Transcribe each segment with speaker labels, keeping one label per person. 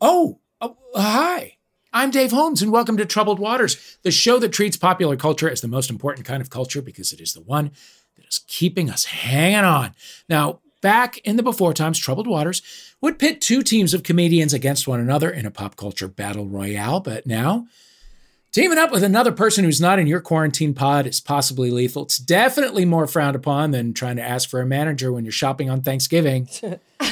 Speaker 1: Oh, uh, hi. I'm Dave Holmes, and welcome to Troubled Waters, the show that treats popular culture as the most important kind of culture because it is the one that is keeping us hanging on. Now, back in the before times, Troubled Waters would pit two teams of comedians against one another in a pop culture battle royale, but now. Teaming up with another person who's not in your quarantine pod is possibly lethal. It's definitely more frowned upon than trying to ask for a manager when you're shopping on Thanksgiving.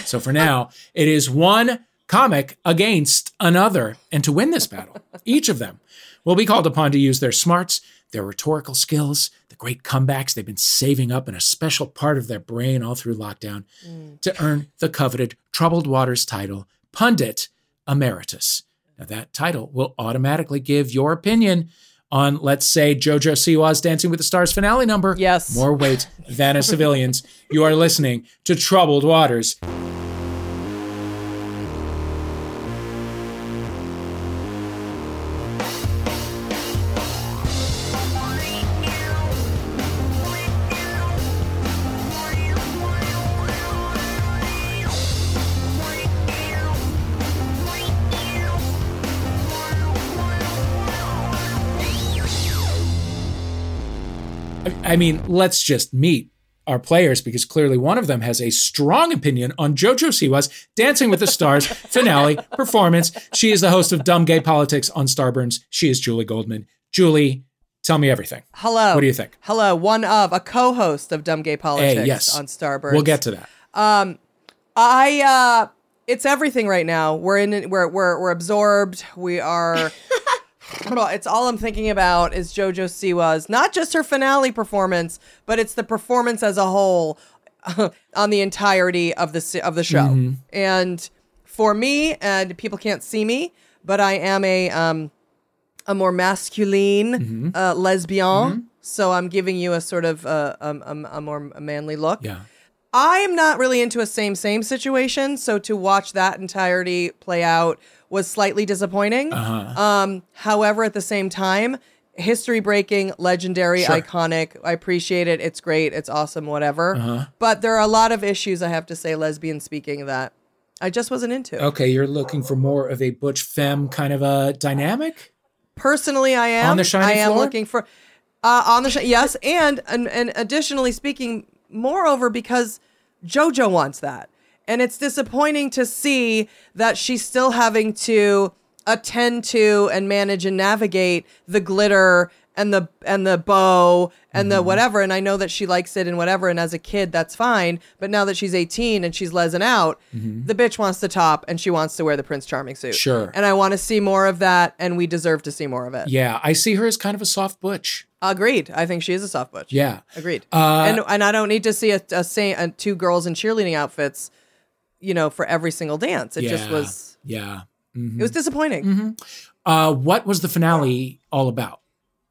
Speaker 1: so for now, it is one comic against another. And to win this battle, each of them will be called upon to use their smarts, their rhetorical skills, the great comebacks they've been saving up in a special part of their brain all through lockdown to earn the coveted Troubled Waters title, Pundit Emeritus. Now, that title will automatically give your opinion on, let's say, JoJo Siwa's Dancing with the Stars finale number
Speaker 2: Yes.
Speaker 1: more weight than a civilian's. You are listening to Troubled Waters. I mean, let's just meet our players because clearly one of them has a strong opinion on JoJo Siwa's Dancing with the Stars finale performance. She is the host of Dumb Gay Politics on Starburns. She is Julie Goldman. Julie, tell me everything.
Speaker 2: Hello.
Speaker 1: What do you think?
Speaker 2: Hello, one of a co-host of Dumb Gay Politics
Speaker 1: Hey, yes.
Speaker 2: on Starburst.
Speaker 1: We'll get to that.
Speaker 2: I uh it's everything right now. We're in we're we're we're absorbed. We are it's all I'm thinking about is JoJo Siwa's not just her finale performance, but it's the performance as a whole on the entirety of the se- of the show.
Speaker 1: Mm-hmm.
Speaker 2: And for me, and people can't see me, but I am a um a more masculine
Speaker 1: Mm-hmm.
Speaker 2: uh, lesbian. So I'm giving you a sort of uh, um, um, a more manly look.
Speaker 1: Yeah.
Speaker 2: I'm not really into a same same situation, so to watch that entirety play out was slightly disappointing.
Speaker 1: Uh-huh.
Speaker 2: Um, however, at the same time, history breaking, legendary,
Speaker 1: Sure.
Speaker 2: iconic. I appreciate it. It's great. It's awesome. Whatever.
Speaker 1: Uh-huh.
Speaker 2: But there are a lot of issues I have to say, lesbian speaking, that I just wasn't into.
Speaker 1: Okay, you're looking for more of a butch femme kind of a dynamic?
Speaker 2: Personally, I am
Speaker 1: On the shining
Speaker 2: I am
Speaker 1: floor?
Speaker 2: looking for uh, on the shi- yes, and, and and additionally speaking, moreover, because JoJo wants that, and it's disappointing to see that she's still having to attend to and manage and navigate the glitter and the and the bow and
Speaker 1: Mm-hmm.
Speaker 2: the whatever. And I know that she likes it and whatever. And as a kid, that's fine. But now that she's 18 and she's lesing out, the bitch wants the top and she wants to wear the Prince Charming suit.
Speaker 1: Mm-hmm. Sure.
Speaker 2: And I want to see more of that, and we deserve to see more of it.
Speaker 1: Yeah, I see her as kind of a soft butch.
Speaker 2: Agreed. I think she is a soft butch.
Speaker 1: Yeah.
Speaker 2: Agreed.
Speaker 1: Uh,
Speaker 2: and and I don't need to see a, a, sa- a two girls in cheerleading outfits, you know, for every single dance. It
Speaker 1: yeah. Mm-hmm.
Speaker 2: just was
Speaker 1: Yeah.
Speaker 2: it was disappointing.
Speaker 1: Uh, what was the finale all about?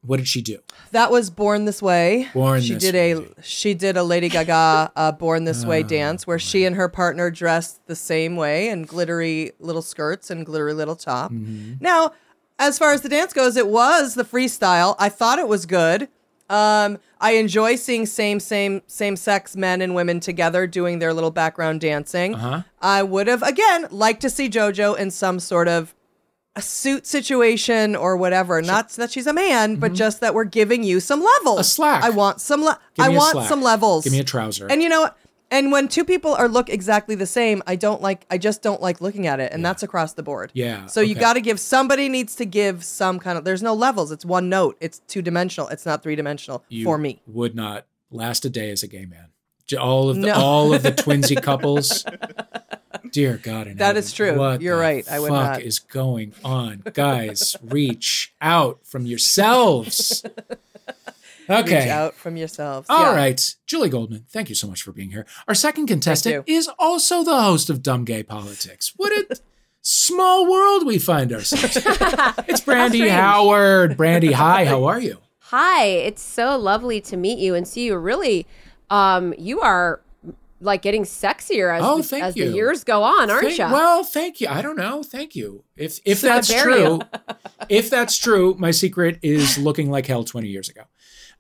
Speaker 1: What did she do?
Speaker 2: That was Born This Way.
Speaker 1: Born
Speaker 2: she
Speaker 1: This
Speaker 2: did
Speaker 1: Way. Ah,
Speaker 2: a she did a Lady Gaga uh, Born This Way dance where she and her partner dressed the same way in glittery little skirts and glittery little top.
Speaker 1: Mm-hmm.
Speaker 2: Now, as far as the dance goes, it was the freestyle. I thought it was good. Um, I enjoy seeing same same same sex men and women together doing their little background dancing.
Speaker 1: Uh-huh.
Speaker 2: I would have again liked to see JoJo in some sort of a suit situation or whatever. Not that she's a man, but just that we're giving you some levels.
Speaker 1: Mm-hmm. A slack.
Speaker 2: I want some. Le-
Speaker 1: Give
Speaker 2: I
Speaker 1: me a
Speaker 2: want
Speaker 1: slack.
Speaker 2: some levels.
Speaker 1: Give me a trouser.
Speaker 2: And you know, what? and when two people are look exactly the same, I don't like. I just don't like looking at it, and that's across the board.
Speaker 1: Yeah,
Speaker 2: So you
Speaker 1: okay.
Speaker 2: got to give somebody needs to give some kind of. There's no levels. It's one note. It's two dimensional. It's not three dimensional
Speaker 1: you
Speaker 2: for me.
Speaker 1: would not last a day as a gay man. J- All of the
Speaker 2: No.
Speaker 1: all of the twinsy couples. Dear God, in
Speaker 2: That
Speaker 1: heaven,
Speaker 2: is true.
Speaker 1: what
Speaker 2: You're
Speaker 1: the
Speaker 2: right. I would
Speaker 1: fuck
Speaker 2: not.
Speaker 1: is going on, guys? reach out from yourselves. Okay.
Speaker 2: Reach out from yourselves.
Speaker 1: All right,
Speaker 2: Yeah.
Speaker 1: Julie Goldman, thank you so much for being here. Our second
Speaker 2: you.
Speaker 1: contestant is also the host of Dumb Gay Politics. What a small world we find ourselves. in. it's Brandy
Speaker 3: strange.
Speaker 1: Howard. Brandy, hi. How are you?
Speaker 3: Hi, it's so lovely to meet you and see you. Really, um, you are like getting sexier as,
Speaker 1: Oh,
Speaker 3: the,
Speaker 1: thank
Speaker 3: as
Speaker 1: you.
Speaker 3: the years go on, aren't
Speaker 1: Thank-
Speaker 3: you?
Speaker 1: Well, thank you. I don't know. Thank you. If if that's
Speaker 3: there
Speaker 1: true, if that's true, my secret is looking like hell twenty years ago.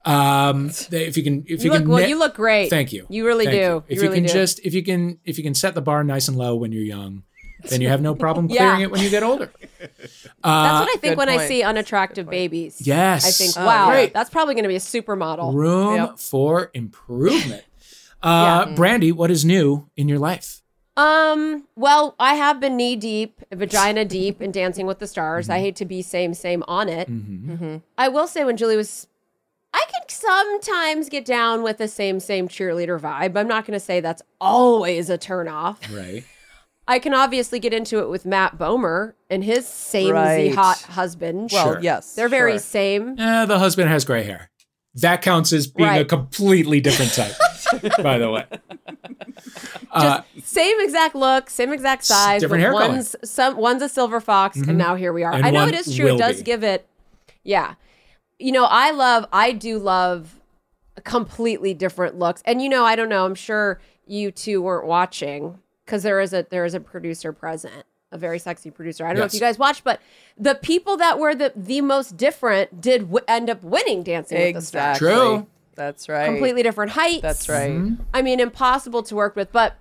Speaker 1: Um, th- if you can, if you,
Speaker 3: you look
Speaker 1: can,
Speaker 3: well.
Speaker 1: na-
Speaker 3: You look great.
Speaker 1: Thank you.
Speaker 3: You really
Speaker 1: Thank
Speaker 3: do.
Speaker 1: you.
Speaker 3: You
Speaker 1: If you
Speaker 3: really
Speaker 1: can
Speaker 3: do.
Speaker 1: just, if you can, if you can set the bar nice and low when you're young, then you have no problem
Speaker 3: Yeah.
Speaker 1: clearing it when you get older.
Speaker 3: That's what I think
Speaker 2: good
Speaker 3: when I
Speaker 2: point.
Speaker 3: see unattractive babies.
Speaker 1: uh, Yes.
Speaker 3: I think,
Speaker 1: Oh,
Speaker 3: wow,
Speaker 1: great.
Speaker 3: that's probably going to be a supermodel.
Speaker 1: Room
Speaker 2: Yep.
Speaker 1: for improvement. Uh, Brandy, what is new in your life?
Speaker 3: Um, well, I have been knee deep, vagina deep in Dancing with the Stars.
Speaker 2: Mm-hmm.
Speaker 3: I hate to be same, same on it. I will say when Julie was, I could sometimes get down with the same, same cheerleader vibe. I'm not going to say that's always a turnoff.
Speaker 1: Right.
Speaker 3: I can obviously get into it with Matt Bomer and his samey
Speaker 2: Right.
Speaker 3: hot husband.
Speaker 2: Well,
Speaker 1: Sure.
Speaker 2: yes.
Speaker 3: they're very
Speaker 2: sure.
Speaker 3: same.
Speaker 1: Eh, the husband has gray hair. That counts as being a
Speaker 3: Right.
Speaker 1: completely different type, by the way. Uh,
Speaker 3: Same exact look, same exact size.
Speaker 1: different
Speaker 3: but
Speaker 1: hair color.
Speaker 3: one's some one's a silver fox, and now here we are.
Speaker 1: And
Speaker 3: I know
Speaker 1: one
Speaker 3: it is true.
Speaker 1: will
Speaker 3: It does
Speaker 1: be.
Speaker 3: give it, yeah. You know, I love, I do love completely different looks. And you know, I don't know. I'm sure you two weren't watching because there is a there is a producer present, a very sexy producer. I don't know if
Speaker 1: Yes.
Speaker 3: you guys watched, but the people that were the the most different did w- end up winning Dancing with the Stars.
Speaker 2: Exactly.
Speaker 1: True.
Speaker 2: That's right.
Speaker 3: Completely different heights.
Speaker 2: That's right.
Speaker 3: I mean, impossible to work with, but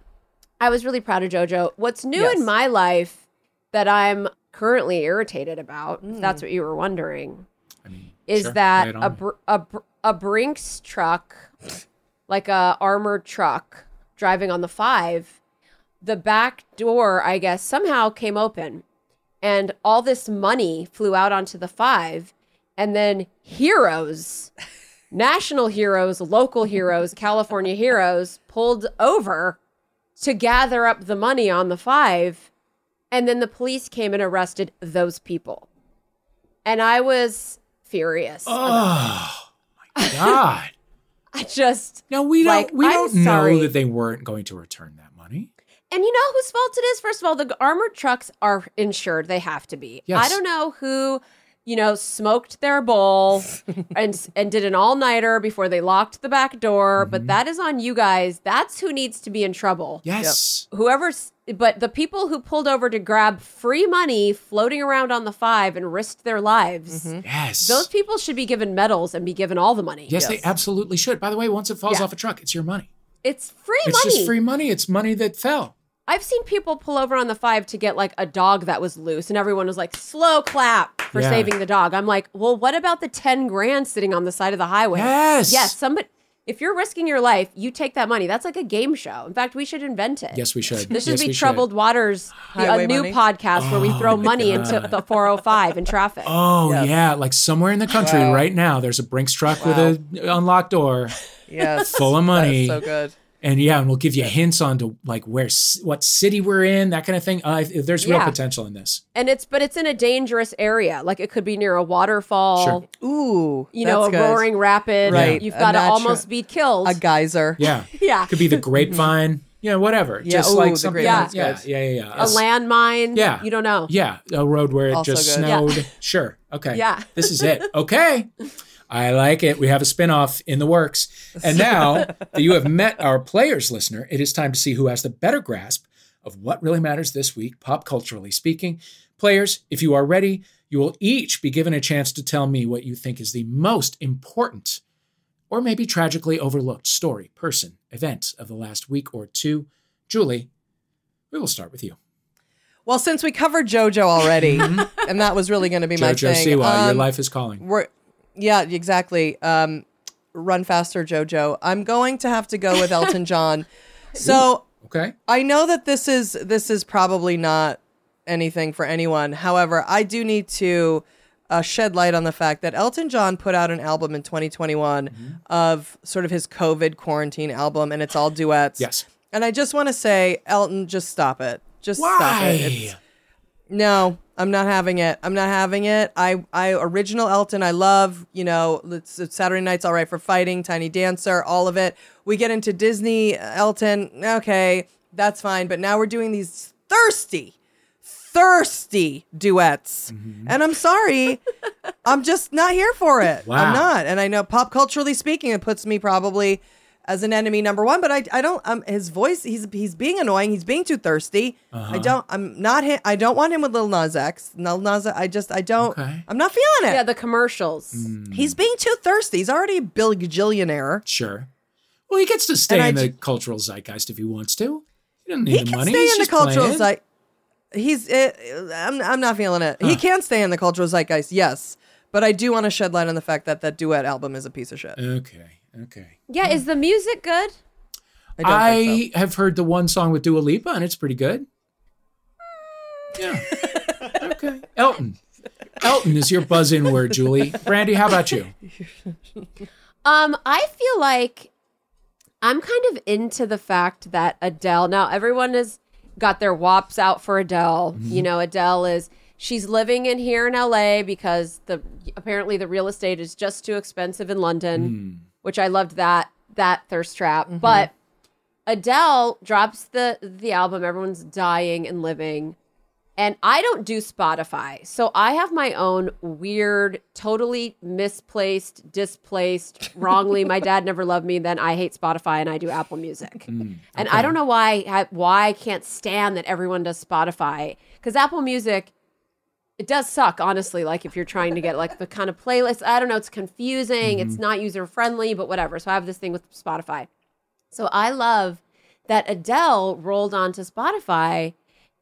Speaker 3: I was really proud of JoJo. What's new
Speaker 2: Yes.
Speaker 3: in my life that I'm currently irritated about, if that's what you were wondering,
Speaker 1: Mm.
Speaker 3: is
Speaker 1: sure, lay
Speaker 3: that
Speaker 1: it on
Speaker 3: a,
Speaker 1: me.
Speaker 3: br- a, br- a Brinks truck, like a armored truck driving on the five, the back door, I guess, somehow came open and all this money flew out onto the five and then heroes national heroes local heroes california heroes pulled over to gather up the money on the five and then the police came and arrested those people and i was furious
Speaker 1: oh, my God.
Speaker 3: i just
Speaker 1: Now, we don't,
Speaker 3: Like,
Speaker 1: we
Speaker 3: I'm
Speaker 1: don't
Speaker 3: sorry.
Speaker 1: know that they weren't going to return that money.
Speaker 3: And you know whose fault it is? First of all, the armored trucks are insured. They have to be.
Speaker 1: Yes.
Speaker 3: I don't know who, you know, smoked their bowl and and did an all-nighter before they locked the back door,
Speaker 1: Mm-hmm.
Speaker 3: but that is on you guys. That's who needs to be in trouble.
Speaker 1: Yes.
Speaker 3: Whoever's but the people who pulled over to grab free money floating around on the 5 and risked their lives.
Speaker 1: Yes.
Speaker 3: Those people should be given medals and be given all the money.
Speaker 1: yes, they absolutely should. By the way, once it falls
Speaker 3: Yeah.
Speaker 1: off a truck, it's your money.
Speaker 3: It's free
Speaker 1: It's
Speaker 3: money.
Speaker 1: just free money. It's money that fell.
Speaker 3: I've seen people pull over on the five to get like a dog that was loose, and everyone was like, slow clap for
Speaker 1: Yeah.
Speaker 3: saving the dog. I'm like, well, what about the 10 grand sitting on the side of the highway?
Speaker 1: Yes.
Speaker 3: Yes, somebody, if you're risking your life, you take that money. That's like a game show. In fact, we should invent it.
Speaker 1: Yes, we should.
Speaker 3: This should
Speaker 1: Yes, we
Speaker 3: be Troubled Waters, the-
Speaker 2: Highway
Speaker 3: a new
Speaker 2: money?
Speaker 3: podcast where we throw money into the 405 in traffic.
Speaker 1: Oh
Speaker 2: Yes.
Speaker 1: yeah, like somewhere in the country
Speaker 2: Wow.
Speaker 1: right now, there's a Brinks truck with a unlocked door
Speaker 2: Yes.
Speaker 1: full of money,
Speaker 2: That's so good.
Speaker 1: and yeah, and we'll give you hints on to like where, c- what city we're in, that kind of thing. Uh, there's real
Speaker 3: Yeah.
Speaker 1: potential in this.
Speaker 3: And it's, but it's in a dangerous area. Like it could be near a waterfall,
Speaker 1: Sure.
Speaker 2: Ooh.
Speaker 3: you
Speaker 2: that's
Speaker 3: know, a
Speaker 2: good.
Speaker 3: roaring rapid.
Speaker 2: Right.
Speaker 3: You've
Speaker 2: A
Speaker 3: got to
Speaker 2: natural-
Speaker 3: almost be killed.
Speaker 2: A geyser.
Speaker 1: Yeah,
Speaker 3: yeah.
Speaker 1: could be the grapevine. yeah, whatever.
Speaker 2: Yeah,
Speaker 1: Just
Speaker 2: ooh,
Speaker 1: like
Speaker 2: the
Speaker 1: something. Yeah.
Speaker 2: grapevine's
Speaker 1: yeah,
Speaker 2: good.
Speaker 1: yeah, yeah, yeah.
Speaker 3: a landmine.
Speaker 1: Yeah.
Speaker 3: You don't know.
Speaker 1: Yeah, a road where it
Speaker 2: Oh. Also
Speaker 1: just
Speaker 2: good.
Speaker 1: snowed. Sure. Okay.
Speaker 3: Yeah.
Speaker 1: This is it. Okay. I like it. We have a spin-off in the works. And now that you have met our players, listener, it is time to see who has the better grasp of what really matters this week, pop culturally speaking. Players, if you are ready, you will each be given a chance to tell me what you think is the most important or maybe tragically overlooked story, person, event of the last week or two. Julie, we will start with you.
Speaker 2: Well, since we covered JoJo already, and that was really going to be my
Speaker 1: Mm-hmm. Jojo
Speaker 2: thing.
Speaker 1: Siwa, your
Speaker 2: um,
Speaker 1: life is calling.
Speaker 2: We're, yeah, exactly. Um, run faster, JoJo. I'm going to have to go with Elton John. So
Speaker 1: Okay.
Speaker 2: I know that this is this is probably not anything for anyone. However, I do need to uh, shed light on the fact that Elton John put out an album in 2021
Speaker 1: Mm-hmm.
Speaker 2: of sort of his COVID quarantine album, and it's all duets.
Speaker 1: Yes.
Speaker 2: And I just want to say, Elton, just stop it. Just stop it. It's- no, I'm not having it. I'm not having it. I, I original Elton, I love, you know, it's, it's Saturday Night's All Right for Fighting, Tiny Dancer, all of it. We get into Disney, uh, Elton, okay, that's fine. But now we're doing these thirsty, thirsty duets. And I'm sorry, I'm just not here for it.
Speaker 1: Wow.
Speaker 2: I'm not. And I know pop culturally speaking, it puts me probably as an enemy number one, but I, I don't, um, his voice, he's, he's being annoying. He's being too thirsty. I
Speaker 1: Uh-huh.
Speaker 2: don't, I'm not, hi- I don't want him with Lil Nas X. Lil Nas, I just, I don't,
Speaker 1: Okay. Hmm.
Speaker 2: I'm not feeling it.
Speaker 3: Yeah, the commercials.
Speaker 1: Mm.
Speaker 2: he's being too thirsty. He's already a billionaire.
Speaker 1: Sure. Well, he gets to stay
Speaker 2: And I
Speaker 1: in the
Speaker 2: ju-
Speaker 1: cultural zeitgeist if he wants to. He doesn't need
Speaker 2: He
Speaker 1: the
Speaker 2: can
Speaker 1: money.
Speaker 2: stay
Speaker 1: He's
Speaker 2: in the
Speaker 1: just
Speaker 2: cultural
Speaker 1: playing.
Speaker 2: zeitgeist. he's eh, I'm, I'm not feeling it he can stay in the cultural zeitgeist yes but i do want to shed light on the fact that that duet album is a piece of shit
Speaker 1: Okay. Okay.
Speaker 3: Yeah, is the music good?
Speaker 2: i don't
Speaker 1: I,
Speaker 2: think
Speaker 1: have heard the one song with Dua Lipa, and it's pretty good. Yeah. okay. Elton. Elton is your buzz in word, Julie. Brandy, how about you?
Speaker 3: Um, I feel like I'm kind of into the fact that Adele now everyone has got their wops out for Adele.
Speaker 1: Mm-hmm.
Speaker 3: You know, Adele is she's living in here in LA because the apparently the real estate is just too expensive in
Speaker 1: Mm.
Speaker 3: London, which I loved that that thirst trap.
Speaker 1: Mm-hmm.
Speaker 3: But Adele drops the the album everyone's dying and living. And I don't do Spotify. So I have my own weird, totally misplaced, displaced, wrongly my dad never loved me then I hate Spotify and I do Apple Music. And I don't know why I- why I can't stand that everyone does Spotify cuz Apple Music it does suck honestly like if you're trying to get like the kind of playlist, I don't know, it's confusing, it's not user friendly, but whatever. So I have this thing with Spotify. So I love that Adele rolled onto Spotify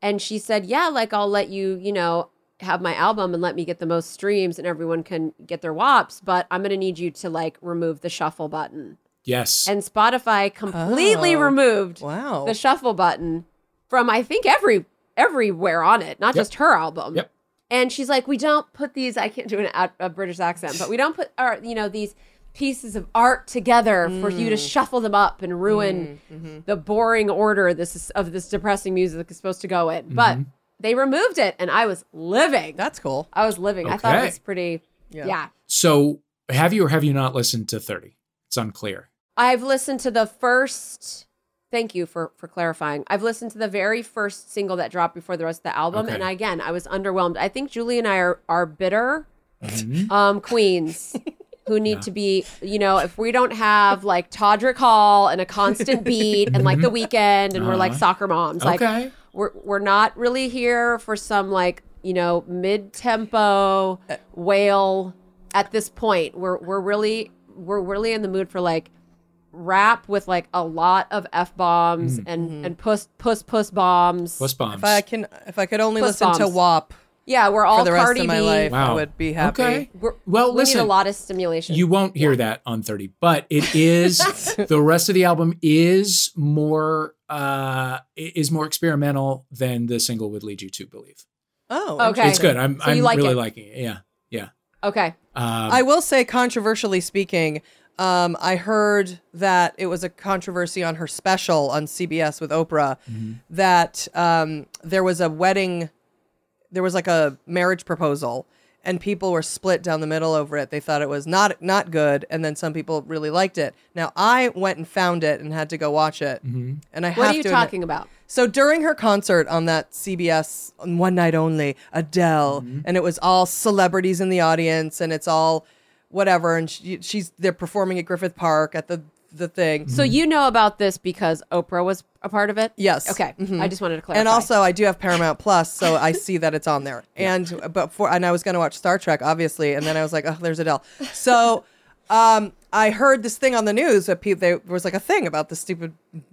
Speaker 3: and she said, Yeah, like I'll let you, you know, have my album and let me get the most streams and everyone can get their WAPs, but I'm going to need you to like remove the shuffle button.
Speaker 1: Yes.
Speaker 3: And Spotify completely
Speaker 2: Oh,
Speaker 3: removed
Speaker 2: so. wow
Speaker 3: the shuffle button from I think every everywhere on it, not
Speaker 1: Yep.
Speaker 3: just her album.
Speaker 1: Yep.
Speaker 3: And she's like, we don't put these. I can't do an, a, a British accent, but we don't put our, you know, these pieces of art together for you to
Speaker 1: Mm.
Speaker 3: shuffle them up and ruin
Speaker 1: mm-hmm.
Speaker 3: the boring order this is, of this depressing music is supposed to go in.
Speaker 1: Mm-hmm.
Speaker 3: But they removed it, and I was living.
Speaker 2: that's cool
Speaker 3: I was living. I thought it
Speaker 1: Okay.
Speaker 3: was pretty.
Speaker 2: Yeah.
Speaker 3: Yeah.
Speaker 1: so, have you or have you not listened to 30? It's unclear.
Speaker 3: I've listened to the first. Thank you for for clarifying. I've listened to the very first single that dropped before the rest of the album,
Speaker 1: Okay.
Speaker 3: and I- again, I was underwhelmed. I think Julie and I are are bitter
Speaker 1: Mhm.
Speaker 3: um, queens who need to be. You know, if we don't have like Todrick Hall and a constant beat and like the weekend, and we're like
Speaker 1: Uh-huh.
Speaker 3: soccer moms, like
Speaker 1: okay.
Speaker 3: we're we're not really here for some like you know mid tempo wail at this point. We're we're really we're really in the mood for like rap with like a lot of f bombs
Speaker 2: Mm-hmm.
Speaker 3: and and puss puss puss bombs.
Speaker 1: Plus bombs.
Speaker 2: if i can if i could only
Speaker 3: Puss
Speaker 2: listen to
Speaker 3: bombs.
Speaker 2: wap
Speaker 3: yeah, we're all
Speaker 2: for the rest
Speaker 3: Cardi
Speaker 2: of my
Speaker 3: B.
Speaker 2: life i
Speaker 1: Wow.
Speaker 2: would be happy
Speaker 1: Okay.
Speaker 3: We're,
Speaker 1: Well,
Speaker 3: we need a
Speaker 1: listen.
Speaker 3: lot of stimulation.
Speaker 1: You won't hear that on 30, but it is the rest of the album is more uh is more experimental than the single would lead you to believe.
Speaker 2: oh
Speaker 3: Okay.
Speaker 1: It's good. I'm
Speaker 3: So you
Speaker 1: I'm
Speaker 3: like
Speaker 1: really
Speaker 3: it.
Speaker 1: liking it. Yeah. Yeah.
Speaker 3: okay?
Speaker 1: Um,
Speaker 2: I will say, controversially speaking, um, I heard that it was a controversy on her special on CBS with Oprah that um, there was a wedding, there was like a marriage proposal, and people were split down the middle over it. They thought it was not not good, and then some people really liked it. Now I went and found it and had to go watch it, and I
Speaker 3: What
Speaker 2: have
Speaker 3: are you
Speaker 2: to admit-
Speaker 3: talking about?
Speaker 2: so during her concert on that CBS on One Night Only, Adele, and it was all celebrities in the audience, and it's all whatever, and she, she's they're performing at Griffith Park at the the thing.
Speaker 3: So you know about this because Oprah was a part of it.
Speaker 2: Yes.
Speaker 3: Okay.
Speaker 2: Mhm.
Speaker 3: I just wanted to clarify.
Speaker 2: and also, I do have Paramount Plus, so I see that it's on there. And but for and I was gonna watch Star Trek, obviously, and then I was like, oh, there's Adele. So, um, I heard this thing on the news that people there was like a thing about this stupid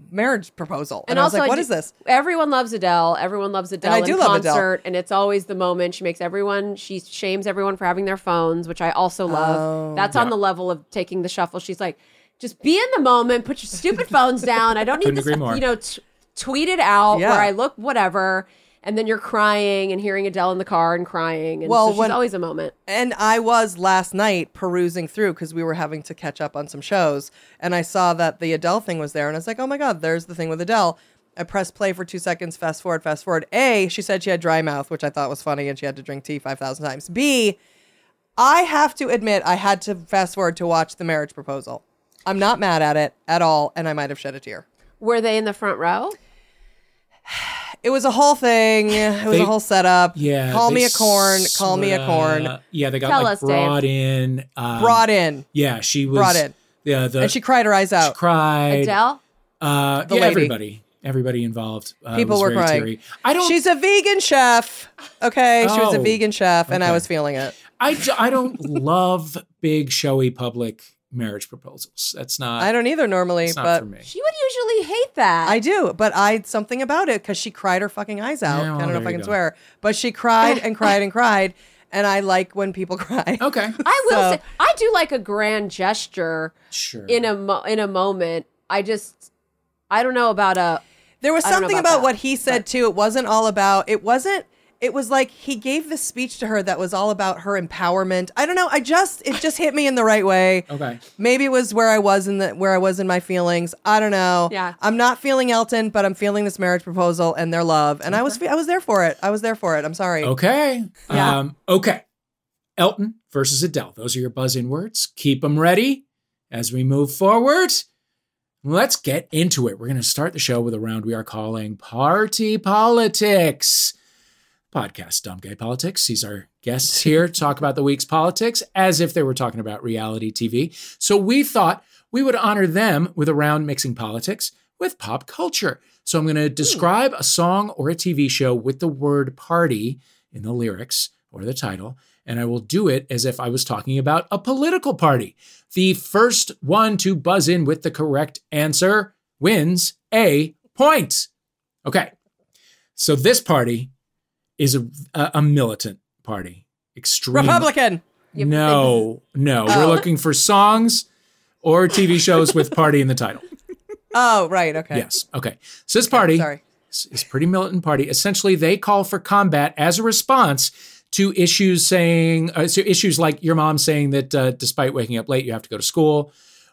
Speaker 2: marriage proposal, and, I was like, what
Speaker 3: do-
Speaker 2: is this?
Speaker 3: Everyone loves Adele. Everyone loves Adele
Speaker 2: I do
Speaker 3: in
Speaker 2: love Adele.
Speaker 3: concert, and it's always the moment she makes everyone. She shames everyone for having their phones, which I also love.
Speaker 2: Oh.
Speaker 3: That's on the level of taking the shuffle. She's like, just be in the moment. Put your stupid phones down. I don't need
Speaker 1: Couldn't
Speaker 3: this.
Speaker 1: agree more.
Speaker 3: You know, t- tweet it out
Speaker 2: Yeah.
Speaker 3: where I look whatever, and then you're crying and hearing Adele in the car and crying. And
Speaker 2: Well,
Speaker 3: so she's
Speaker 2: when-
Speaker 3: always a moment.
Speaker 2: And I was last night perusing through because we were having to catch up on some shows. And I saw that the Adele thing was there. And I was like, oh my God, there's the thing with Adele. I pressed play for two seconds, fast forward, fast forward. A, she said she had dry mouth, which I thought was funny, and she had to drink tea 5,000 times. B, I have to admit, I had to fast forward to watch the marriage proposal. I'm not mad at it at all, and I might have shed a tear.
Speaker 3: Were they in the front row?
Speaker 2: It was a whole thing. It was
Speaker 1: They-
Speaker 2: a whole setup.
Speaker 1: yeah.
Speaker 2: Call
Speaker 1: they
Speaker 2: me a corn. Call me a
Speaker 1: sorta-
Speaker 2: corn.
Speaker 1: Yeah, they got
Speaker 3: Tell
Speaker 1: like
Speaker 3: us, Dave.
Speaker 1: brought in. Um,
Speaker 2: Brought in.
Speaker 1: Yeah, she was
Speaker 2: Brought in.
Speaker 1: Yeah, the
Speaker 2: And she cried her eyes
Speaker 1: she
Speaker 2: out.
Speaker 1: cried.
Speaker 3: Adele?
Speaker 1: Uh,
Speaker 2: The
Speaker 1: yeah,
Speaker 2: lady.
Speaker 1: everybody, everybody involved. Uh,
Speaker 2: People
Speaker 1: was
Speaker 2: were
Speaker 1: very
Speaker 2: crying.
Speaker 1: teary. I don't.
Speaker 2: She's a vegan chef. Okay, she was a
Speaker 1: Oh,
Speaker 2: vegan chef, and I
Speaker 1: okay.
Speaker 2: was feeling it.
Speaker 1: I, d- I don't love big showy public marriage proposals. That's not.
Speaker 2: I don't either normally,
Speaker 1: Uh, it's not
Speaker 2: but
Speaker 1: for me.
Speaker 3: She would usually hate that.
Speaker 2: I do, but I something about it because she cried her fucking eyes out.
Speaker 1: Yeah, well,
Speaker 2: I don't know
Speaker 1: there
Speaker 2: if I
Speaker 1: you
Speaker 2: can
Speaker 1: go.
Speaker 2: swear, but she cried and cried and cried, and I like when people cry.
Speaker 1: Okay,
Speaker 3: I will
Speaker 2: So-
Speaker 3: say I do like a grand gesture
Speaker 1: sure.
Speaker 3: in a mo- in a moment. I just I don't know about uh, a
Speaker 2: There was
Speaker 3: I don't know
Speaker 2: something
Speaker 3: about
Speaker 2: about
Speaker 3: that,
Speaker 2: what he said too. It wasn't all about. It wasn't. It was like he gave this speech to her that was all about her empowerment. I don't know. I just it just hit me in the right way.
Speaker 1: okay.
Speaker 2: Maybe it was where I was in the where I was in my feelings. I don't know.
Speaker 3: Yeah.
Speaker 2: I'm not feeling Elton, but I'm feeling this marriage proposal and their love, and I was fe- I was there for it. I was there for it. I'm sorry.
Speaker 1: Okay.
Speaker 3: Yeah.
Speaker 1: Um, okay. Elton versus Adele. Those are your buzz in words. Keep them ready as we move forward. Let's get into it. We're going to start the show with a round we are calling Party Politics. Podcast Dumb Gay Politics. These are guests here talk about the week's politics as if they were talking about reality TV. So we thought we would honor them with a round mixing politics with pop culture. So I'm going to describe a song or a TV show with the word party in the lyrics or the title, and I will do it as if I was talking about a political party. The first one to buzz in with the correct answer wins a point. Okay. So this party is a, a, a militant party. Extreme.
Speaker 2: Republican.
Speaker 3: You-
Speaker 1: No, no. We're looking for songs or TV shows with party in the title.
Speaker 2: Oh right. Okay.
Speaker 1: Yes. Okay. So this party
Speaker 2: Sorry.
Speaker 1: is is pretty militant party. Essentially, they call for combat as a response to issues saying uh, so issues like your mom saying that uh, despite waking up late, you have to go to school,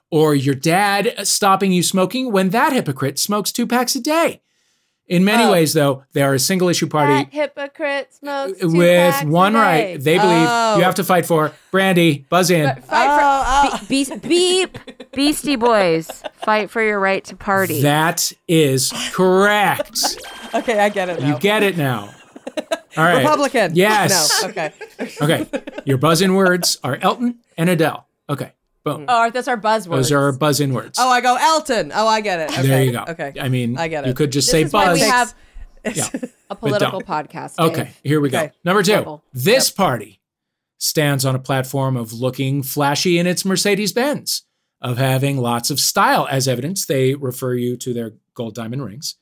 Speaker 1: or your dad stopping you smoking when that hypocrite smokes two packs a day. In many
Speaker 2: Oh.
Speaker 1: ways, though, they are a single issue party.
Speaker 3: That hypocrite smokes two
Speaker 1: With
Speaker 3: packs
Speaker 1: one
Speaker 3: a
Speaker 1: right,
Speaker 3: day.
Speaker 1: they believe
Speaker 2: Oh.
Speaker 1: you have to fight for Brandy. Buzz in.
Speaker 3: But fight
Speaker 2: Oh, oh.
Speaker 3: for be- beep Beastie Boys. Fight for your right to party.
Speaker 1: That is correct.
Speaker 2: uh, Okay, I get it. Now.
Speaker 1: you get it now. All right.
Speaker 2: Republican.
Speaker 1: Yes.
Speaker 2: No. Okay.
Speaker 1: Okay. Your buzz in words are Elton and Adele. Okay. Boom.
Speaker 3: oh, that's our buzzword.
Speaker 1: Those are our buzz in words.
Speaker 2: Oh, I go Elton. Oh, I get it. Okay.
Speaker 1: there you go.
Speaker 2: Okay.
Speaker 1: I mean,
Speaker 2: I get it.
Speaker 1: you could just
Speaker 3: this
Speaker 1: say
Speaker 3: is
Speaker 1: buzz.
Speaker 3: why we have
Speaker 1: yeah.
Speaker 3: a political
Speaker 1: don't.
Speaker 3: podcast. Dave.
Speaker 1: Okay. Here we go.
Speaker 2: Okay.
Speaker 1: Number two.
Speaker 3: Level.
Speaker 1: This party stands on a platform of looking flashy in its Mercedes Benz, of having lots of style as evidence. They refer you to their gold diamond rings,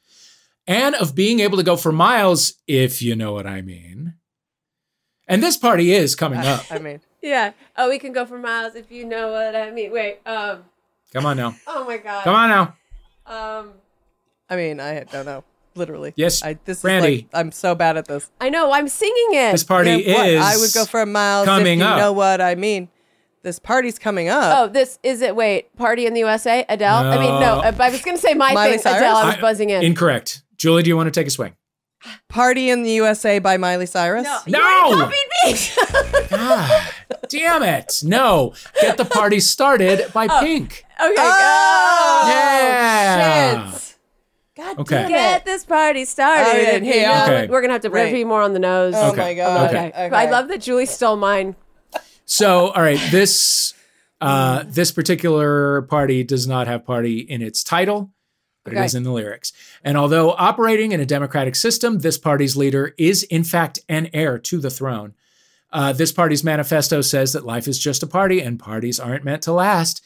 Speaker 1: and of being able to go for miles, if you know what I mean. And this party is coming up.
Speaker 2: I mean,
Speaker 3: Yeah. Oh, we can go for miles if you know what I mean. Wait. Um.
Speaker 1: Come on now.
Speaker 3: Oh my God.
Speaker 1: Come on now.
Speaker 3: Um.
Speaker 2: I mean, I don't know. Literally.
Speaker 1: Yes,
Speaker 2: I, this
Speaker 1: Brandy.
Speaker 2: is like I'm so bad at this.
Speaker 3: I know. I'm singing it.
Speaker 1: This party
Speaker 2: Yeah, what?
Speaker 1: is.
Speaker 2: I would go for miles
Speaker 1: coming
Speaker 2: if you
Speaker 1: up.
Speaker 2: know what I mean. This party's coming up.
Speaker 3: Oh, this is it. Wait, party in the USA, Adele. I mean,
Speaker 1: No.
Speaker 3: no, I I was gonna say my
Speaker 2: Miley
Speaker 3: thing,
Speaker 2: Cyrus?
Speaker 3: Adele. I was
Speaker 1: I-
Speaker 3: buzzing in.
Speaker 1: Incorrect. Julie, do you want to take a swing?
Speaker 2: Party in the USA by Miley Cyrus.
Speaker 1: No!
Speaker 3: you already copied me.
Speaker 1: God damn it. No. Get the party started by Pink.
Speaker 3: okay.
Speaker 2: Oh,
Speaker 3: go.
Speaker 1: yeah.
Speaker 3: Shit. Ah. God
Speaker 1: Okay.
Speaker 3: damn it. Get this party started.
Speaker 2: Oh, yeah,
Speaker 3: if you
Speaker 2: yeah.
Speaker 3: know
Speaker 1: Okay.
Speaker 3: it. We're gonna have to
Speaker 2: Right.
Speaker 3: be more on the nose.
Speaker 2: Oh
Speaker 1: Okay.
Speaker 2: my god.
Speaker 1: Okay.
Speaker 3: I love that Julie stole mine.
Speaker 1: So, all right, this uh this particular party does not have party in its title. But it
Speaker 3: Okay.
Speaker 1: is in the lyrics. And although operating in a democratic system, this party's leader is in fact an heir to the throne. Uh, this party's manifesto says that life is just a party and parties aren't meant to last.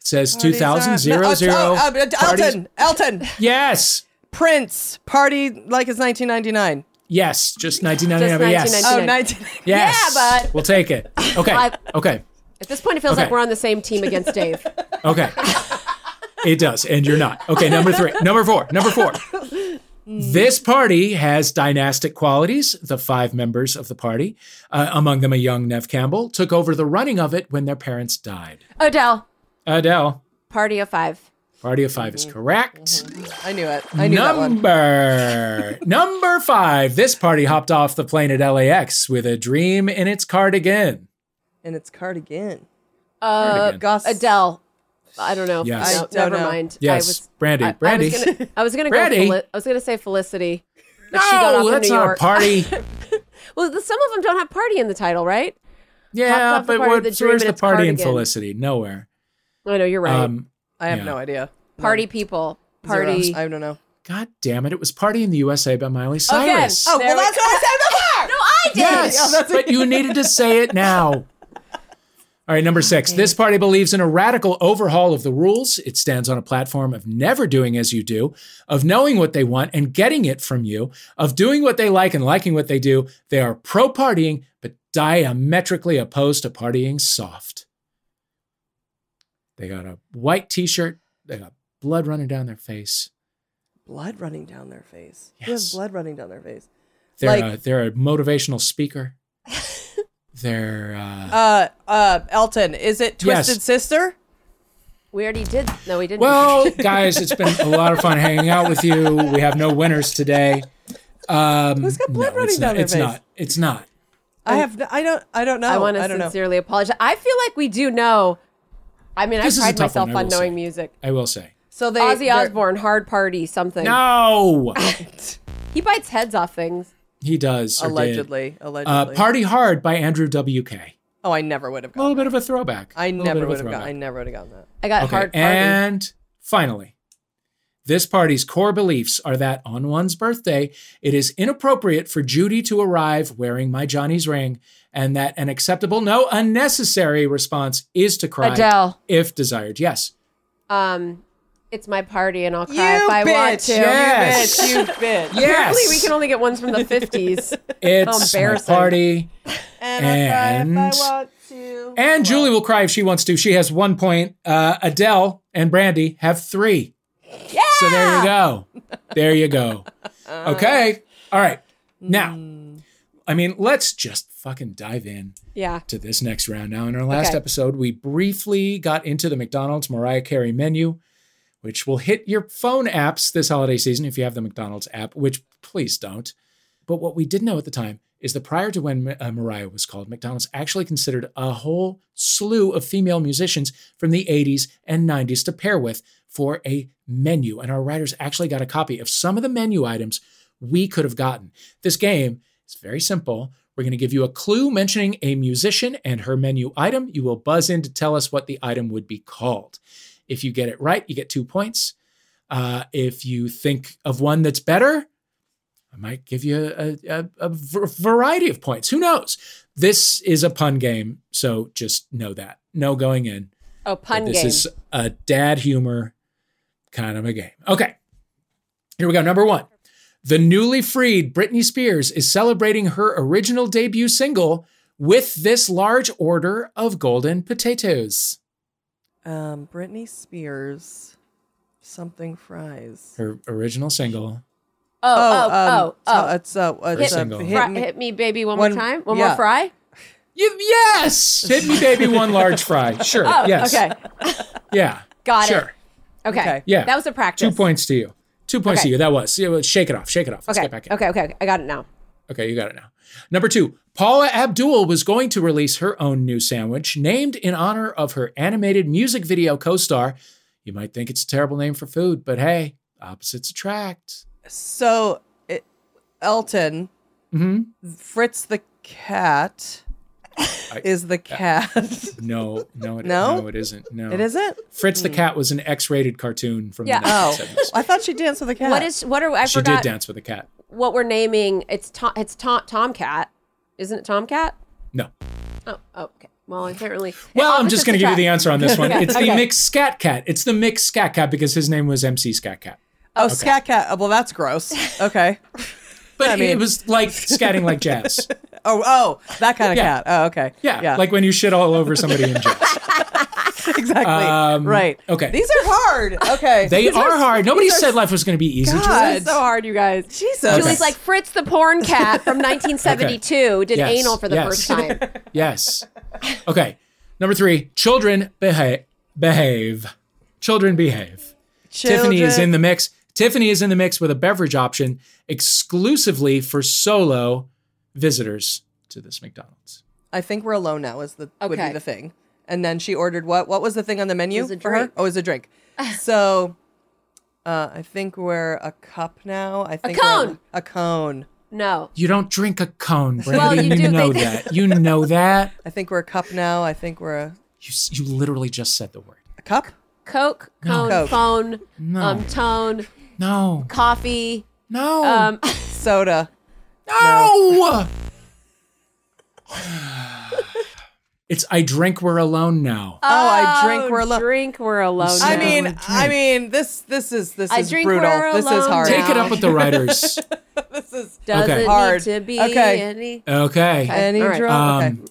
Speaker 1: It says 2000
Speaker 2: No, oh, oh, uh, Elton. Elton.
Speaker 1: Yes.
Speaker 2: Prince. Party like it's 1999.
Speaker 1: Yes. Just 1999.
Speaker 3: Just
Speaker 1: yes.
Speaker 2: Oh,
Speaker 3: 1999.
Speaker 2: 19.
Speaker 1: yes.
Speaker 3: Yeah, bud.
Speaker 1: We'll take it. Okay.
Speaker 3: I-
Speaker 1: Okay.
Speaker 3: At this point, it feels
Speaker 1: Okay.
Speaker 3: like we're on the same team against Dave.
Speaker 1: Okay. It does. And you're not. Okay. Number three. Number four. Number four.
Speaker 3: Hmm.
Speaker 1: This party has dynastic qualities. The five members of the party, uh, among them a young Nev Campbell, took over the running of it when their parents died.
Speaker 3: Odell,
Speaker 1: Adele,
Speaker 3: party of five.
Speaker 1: party of five is
Speaker 3: Mm-hmm.
Speaker 1: correct.
Speaker 2: I knew it. I knew that one.
Speaker 1: Number number five. This party hopped off the plane at LAX with a dream in its cardigan.
Speaker 2: And it's cardigan.
Speaker 3: Uh,
Speaker 1: Cardigan.
Speaker 2: Gus.
Speaker 3: Adele. I don't know.
Speaker 1: Yes.
Speaker 3: I don't,
Speaker 2: I don't
Speaker 3: never
Speaker 2: know.
Speaker 3: mind.
Speaker 1: Yes,
Speaker 3: I was,
Speaker 1: Brandy.
Speaker 3: I-
Speaker 1: Brandy.
Speaker 3: I was gonna, I was gonna
Speaker 1: Brandy.
Speaker 3: go. Feli- I was gonna say Felicity.
Speaker 1: no,
Speaker 3: she got off in
Speaker 1: Oh, that's
Speaker 3: New
Speaker 1: not
Speaker 3: York.
Speaker 1: a party.
Speaker 3: Well, the, some of them don't have party in the title, right? Hopped
Speaker 1: yeah,
Speaker 3: off the
Speaker 1: but
Speaker 3: party
Speaker 1: what,
Speaker 3: with a dream
Speaker 1: where's
Speaker 3: in
Speaker 1: the
Speaker 3: its
Speaker 1: party in
Speaker 3: cardigan.
Speaker 1: Felicity? Nowhere.
Speaker 3: I know you're right.
Speaker 1: Um,
Speaker 2: I have
Speaker 1: Yeah.
Speaker 2: no idea.
Speaker 3: party people.
Speaker 2: Zero.
Speaker 3: Party.
Speaker 2: I don't know.
Speaker 1: God damn it! It was "Party in the USA" by Miley Cyrus.
Speaker 3: Oh, well, There we- that's
Speaker 2: what I said before.
Speaker 3: no, I did.
Speaker 1: yes, but you needed to say it now. All All right, number six. This party believes in a radical overhaul of the rules. It stands on a platform of never doing as you do, of knowing what they want and getting it from you, of doing what they like and liking what they do. They are pro partying, but diametrically opposed to partying soft. They got a white t shirt, they got blood running down their face.
Speaker 2: Blood running down their face.
Speaker 1: Yes.
Speaker 2: Who has blood running down their face?
Speaker 1: They're,
Speaker 2: Like-
Speaker 1: a, they're a motivational speaker. they're. Uh,
Speaker 2: Uh, uh, Elton, is it
Speaker 1: Yes.
Speaker 2: Twisted Sister?
Speaker 3: We already did. No, we didn't.
Speaker 1: Well, guys, it's been a lot of fun hanging out with you. We have no winners today. Um,
Speaker 2: Who's got blood
Speaker 1: no,
Speaker 2: running
Speaker 1: it's not,
Speaker 2: down their
Speaker 1: It's
Speaker 2: face?
Speaker 1: not. It's not.
Speaker 2: I have. n- I don't. I don't know.
Speaker 1: Oh,
Speaker 3: I want
Speaker 2: I
Speaker 3: to
Speaker 2: don't know.
Speaker 3: sincerely apologize. I feel like we do know. I mean,
Speaker 1: This is a
Speaker 3: I pride
Speaker 1: tough
Speaker 3: myself
Speaker 1: one, I
Speaker 3: on
Speaker 1: will
Speaker 3: knowing
Speaker 1: say.
Speaker 3: music.
Speaker 1: I will say.
Speaker 2: So they.
Speaker 3: Ozzy
Speaker 2: they're-
Speaker 3: Osbourne, Hard Party, something.
Speaker 1: No,
Speaker 3: He bites heads off things.
Speaker 1: he does. or did.
Speaker 2: Allegedly. Allegedly.
Speaker 1: Uh, Party Hard by Andrew WK. A
Speaker 2: oh, I never would have gotten.
Speaker 1: little bit of a throwback.
Speaker 2: I
Speaker 1: A little bit
Speaker 2: never
Speaker 1: of a
Speaker 2: would have gotten.
Speaker 1: throwback.
Speaker 2: I never would have gotten that.
Speaker 3: I got
Speaker 1: Okay,
Speaker 3: Hard Party.
Speaker 1: and finally, this party's core beliefs are that on one's birthday, it is inappropriate for Judy to arrive wearing my Johnny's ring, and that an acceptable, no unnecessary response is to cry
Speaker 3: Adele.
Speaker 1: if desired. Yes.
Speaker 3: um, it's my party, and I'll cry
Speaker 2: You
Speaker 3: if I want
Speaker 2: bitch.
Speaker 3: to.
Speaker 1: Yes.
Speaker 2: Bitch, you bitch.
Speaker 1: Yes.
Speaker 3: Apparently, we can only get ones from the fifties.
Speaker 1: it's my
Speaker 3: embarrassing.
Speaker 1: party.
Speaker 2: And, I
Speaker 1: And-
Speaker 2: cry if I want to.
Speaker 1: And Julie will cry if she wants to. She has one point. Uh, Adele and Brandy have three. Yeah. So there you go. There you go. Okay. All right. Now, I mean, let's just fucking dive in
Speaker 3: yeah.
Speaker 1: to this next round now. In our last
Speaker 3: Okay.
Speaker 1: episode, we briefly got into the McDonald's Mariah Carey menu, which will hit your phone apps this holiday season if you have the McDonald's app, which please don't. But what we didn't know at the time is that prior to when uh, Mariah was called, McDonald's actually considered a whole slew of female musicians from the 80s and 90s to pair with for a menu. And our writers actually got a copy of some of the menu items we could have gotten. This game is very simple. We're going to give you a clue mentioning a musician and her menu item. You will buzz in to tell us what the item would be called. If you get it right, you get two points. Uh, if you think of one that's better, I might give you a, a, a v- variety of points. Who knows? This is a pun game, so just know that. No going in.
Speaker 3: Oh, pun
Speaker 1: this
Speaker 3: game.
Speaker 1: is a dad humor kind of a game. Okay. Here we go. Number one. The newly freed Britney Spears is celebrating her original debut single with this large order of golden potatoes.
Speaker 2: Um, Britney Spears, something fries.
Speaker 1: Her original single.
Speaker 3: oh, oh, oh,
Speaker 2: um,
Speaker 3: oh.
Speaker 2: so it's uh, it's uh,
Speaker 1: single.
Speaker 2: hit
Speaker 3: Fry-
Speaker 2: me.
Speaker 3: hit me, baby, one,
Speaker 2: One-
Speaker 3: more time. One
Speaker 2: yeah.
Speaker 3: more fry.
Speaker 1: Y- yes! Hit me, baby, one large fry. Sure.
Speaker 3: Oh,
Speaker 1: yes.
Speaker 3: okay.
Speaker 1: Yeah.
Speaker 3: Got it.
Speaker 1: sure.
Speaker 3: Okay.
Speaker 2: Okay.
Speaker 1: Yeah.
Speaker 3: That was a practice.
Speaker 1: Two points to you. Two points
Speaker 3: Okay.
Speaker 1: to you. That was. It was- Shake it off. Shake it off. Let's
Speaker 3: Okay.
Speaker 1: get back in.
Speaker 3: okay. Okay. Okay. I got it now.
Speaker 1: Okay, you got it now. Number two, Paula Abdul was going to release her own new sandwich named in honor of her animated music video co star. You might think it's a terrible name for food, but hey, opposites attract.
Speaker 2: So it, Elton,
Speaker 1: hmm
Speaker 2: Fritz the cat
Speaker 1: I-
Speaker 2: is the cat.
Speaker 1: No, no, it,
Speaker 2: No?
Speaker 1: it isn't. No,
Speaker 2: it isn't.
Speaker 1: Fritz the Cat was an X rated cartoon from
Speaker 3: Yeah.
Speaker 1: the
Speaker 2: Oh,
Speaker 1: 1970s.
Speaker 2: I thought she danced with a cat.
Speaker 3: What is? What are? I
Speaker 1: She did
Speaker 3: forgot
Speaker 1: dance with a cat.
Speaker 3: what we're naming. It's Tom. It's Tom. Tomcat. Isn't it Tomcat?
Speaker 1: No.
Speaker 3: Oh. oh, Okay. Well, apparently.
Speaker 1: Well, I'm just going to give you the
Speaker 3: Opposites
Speaker 1: answer on this one.
Speaker 3: Okay,
Speaker 1: It's the
Speaker 3: okay.
Speaker 1: Mixed Scat Cat. It's the Mixed Scat Cat because his name was MC Scat Cat.
Speaker 2: Oh, scat cat. Oh, well, that's gross. Okay.
Speaker 1: But it
Speaker 2: mean-
Speaker 1: was like scatting like jazz.
Speaker 2: Oh, oh, that kind of
Speaker 1: Yeah.
Speaker 2: cat. Oh, okay.
Speaker 1: Yeah, like when you shit all over somebody in jail.
Speaker 2: exactly.
Speaker 1: Um,
Speaker 2: right.
Speaker 1: okay.
Speaker 2: These are hard. Okay.
Speaker 1: They are, hard. Nobody
Speaker 2: are
Speaker 1: said life was going to be easy.
Speaker 2: God.
Speaker 1: Julie.
Speaker 3: attract. So hard, you guys.
Speaker 2: Jesus.
Speaker 1: Okay.
Speaker 3: Julie's like Fritz the porn cat from 1972 did
Speaker 1: Yes,
Speaker 3: anal for the
Speaker 1: yes.
Speaker 3: first time.
Speaker 1: Yes. Okay. Number three. Children behave. Behave. Children behave. Tiffany is in the mix. Tiffany is in the mix with a beverage option exclusively for solo visitors to this McDonald's.
Speaker 2: I think we're alone now is the would be
Speaker 3: Okay.
Speaker 2: the thing. And then she ordered what? What was the thing on the menu
Speaker 3: was a
Speaker 2: for her?
Speaker 3: drink.
Speaker 2: Oh, it was a drink. so uh, I think we're a cup now. I think we're
Speaker 3: cone.
Speaker 2: a cone.
Speaker 3: No.
Speaker 1: You don't drink a cone, Brandy.
Speaker 3: Well, you do.
Speaker 1: know
Speaker 3: They-
Speaker 1: that. You know that.
Speaker 2: I think we're a cup now. I think we're a,
Speaker 1: You, s- you literally just said the word.
Speaker 2: a cup.
Speaker 3: Coke, cone,
Speaker 2: Coke.
Speaker 3: phone,
Speaker 1: No.
Speaker 3: um, tone,
Speaker 1: No.
Speaker 3: coffee.
Speaker 1: No.
Speaker 3: Um,
Speaker 2: Soda.
Speaker 1: No. It's I drink we're alone now.
Speaker 2: Oh, I drink, we're alone.
Speaker 3: Drink we're alone.
Speaker 2: I
Speaker 1: Yeah.
Speaker 3: now.
Speaker 2: mean,
Speaker 1: Drink.
Speaker 2: I mean, this this is this
Speaker 3: I
Speaker 2: is
Speaker 3: drink
Speaker 2: brutal.
Speaker 3: we're
Speaker 2: This is
Speaker 3: alone.
Speaker 2: hard.
Speaker 1: Take it up with the writers.
Speaker 2: this is
Speaker 3: does
Speaker 1: okay.
Speaker 3: it
Speaker 2: Hard.
Speaker 3: need to be
Speaker 2: Okay.
Speaker 3: any?
Speaker 1: Okay.
Speaker 2: any
Speaker 3: all right.
Speaker 2: drunk. okay.
Speaker 1: Um,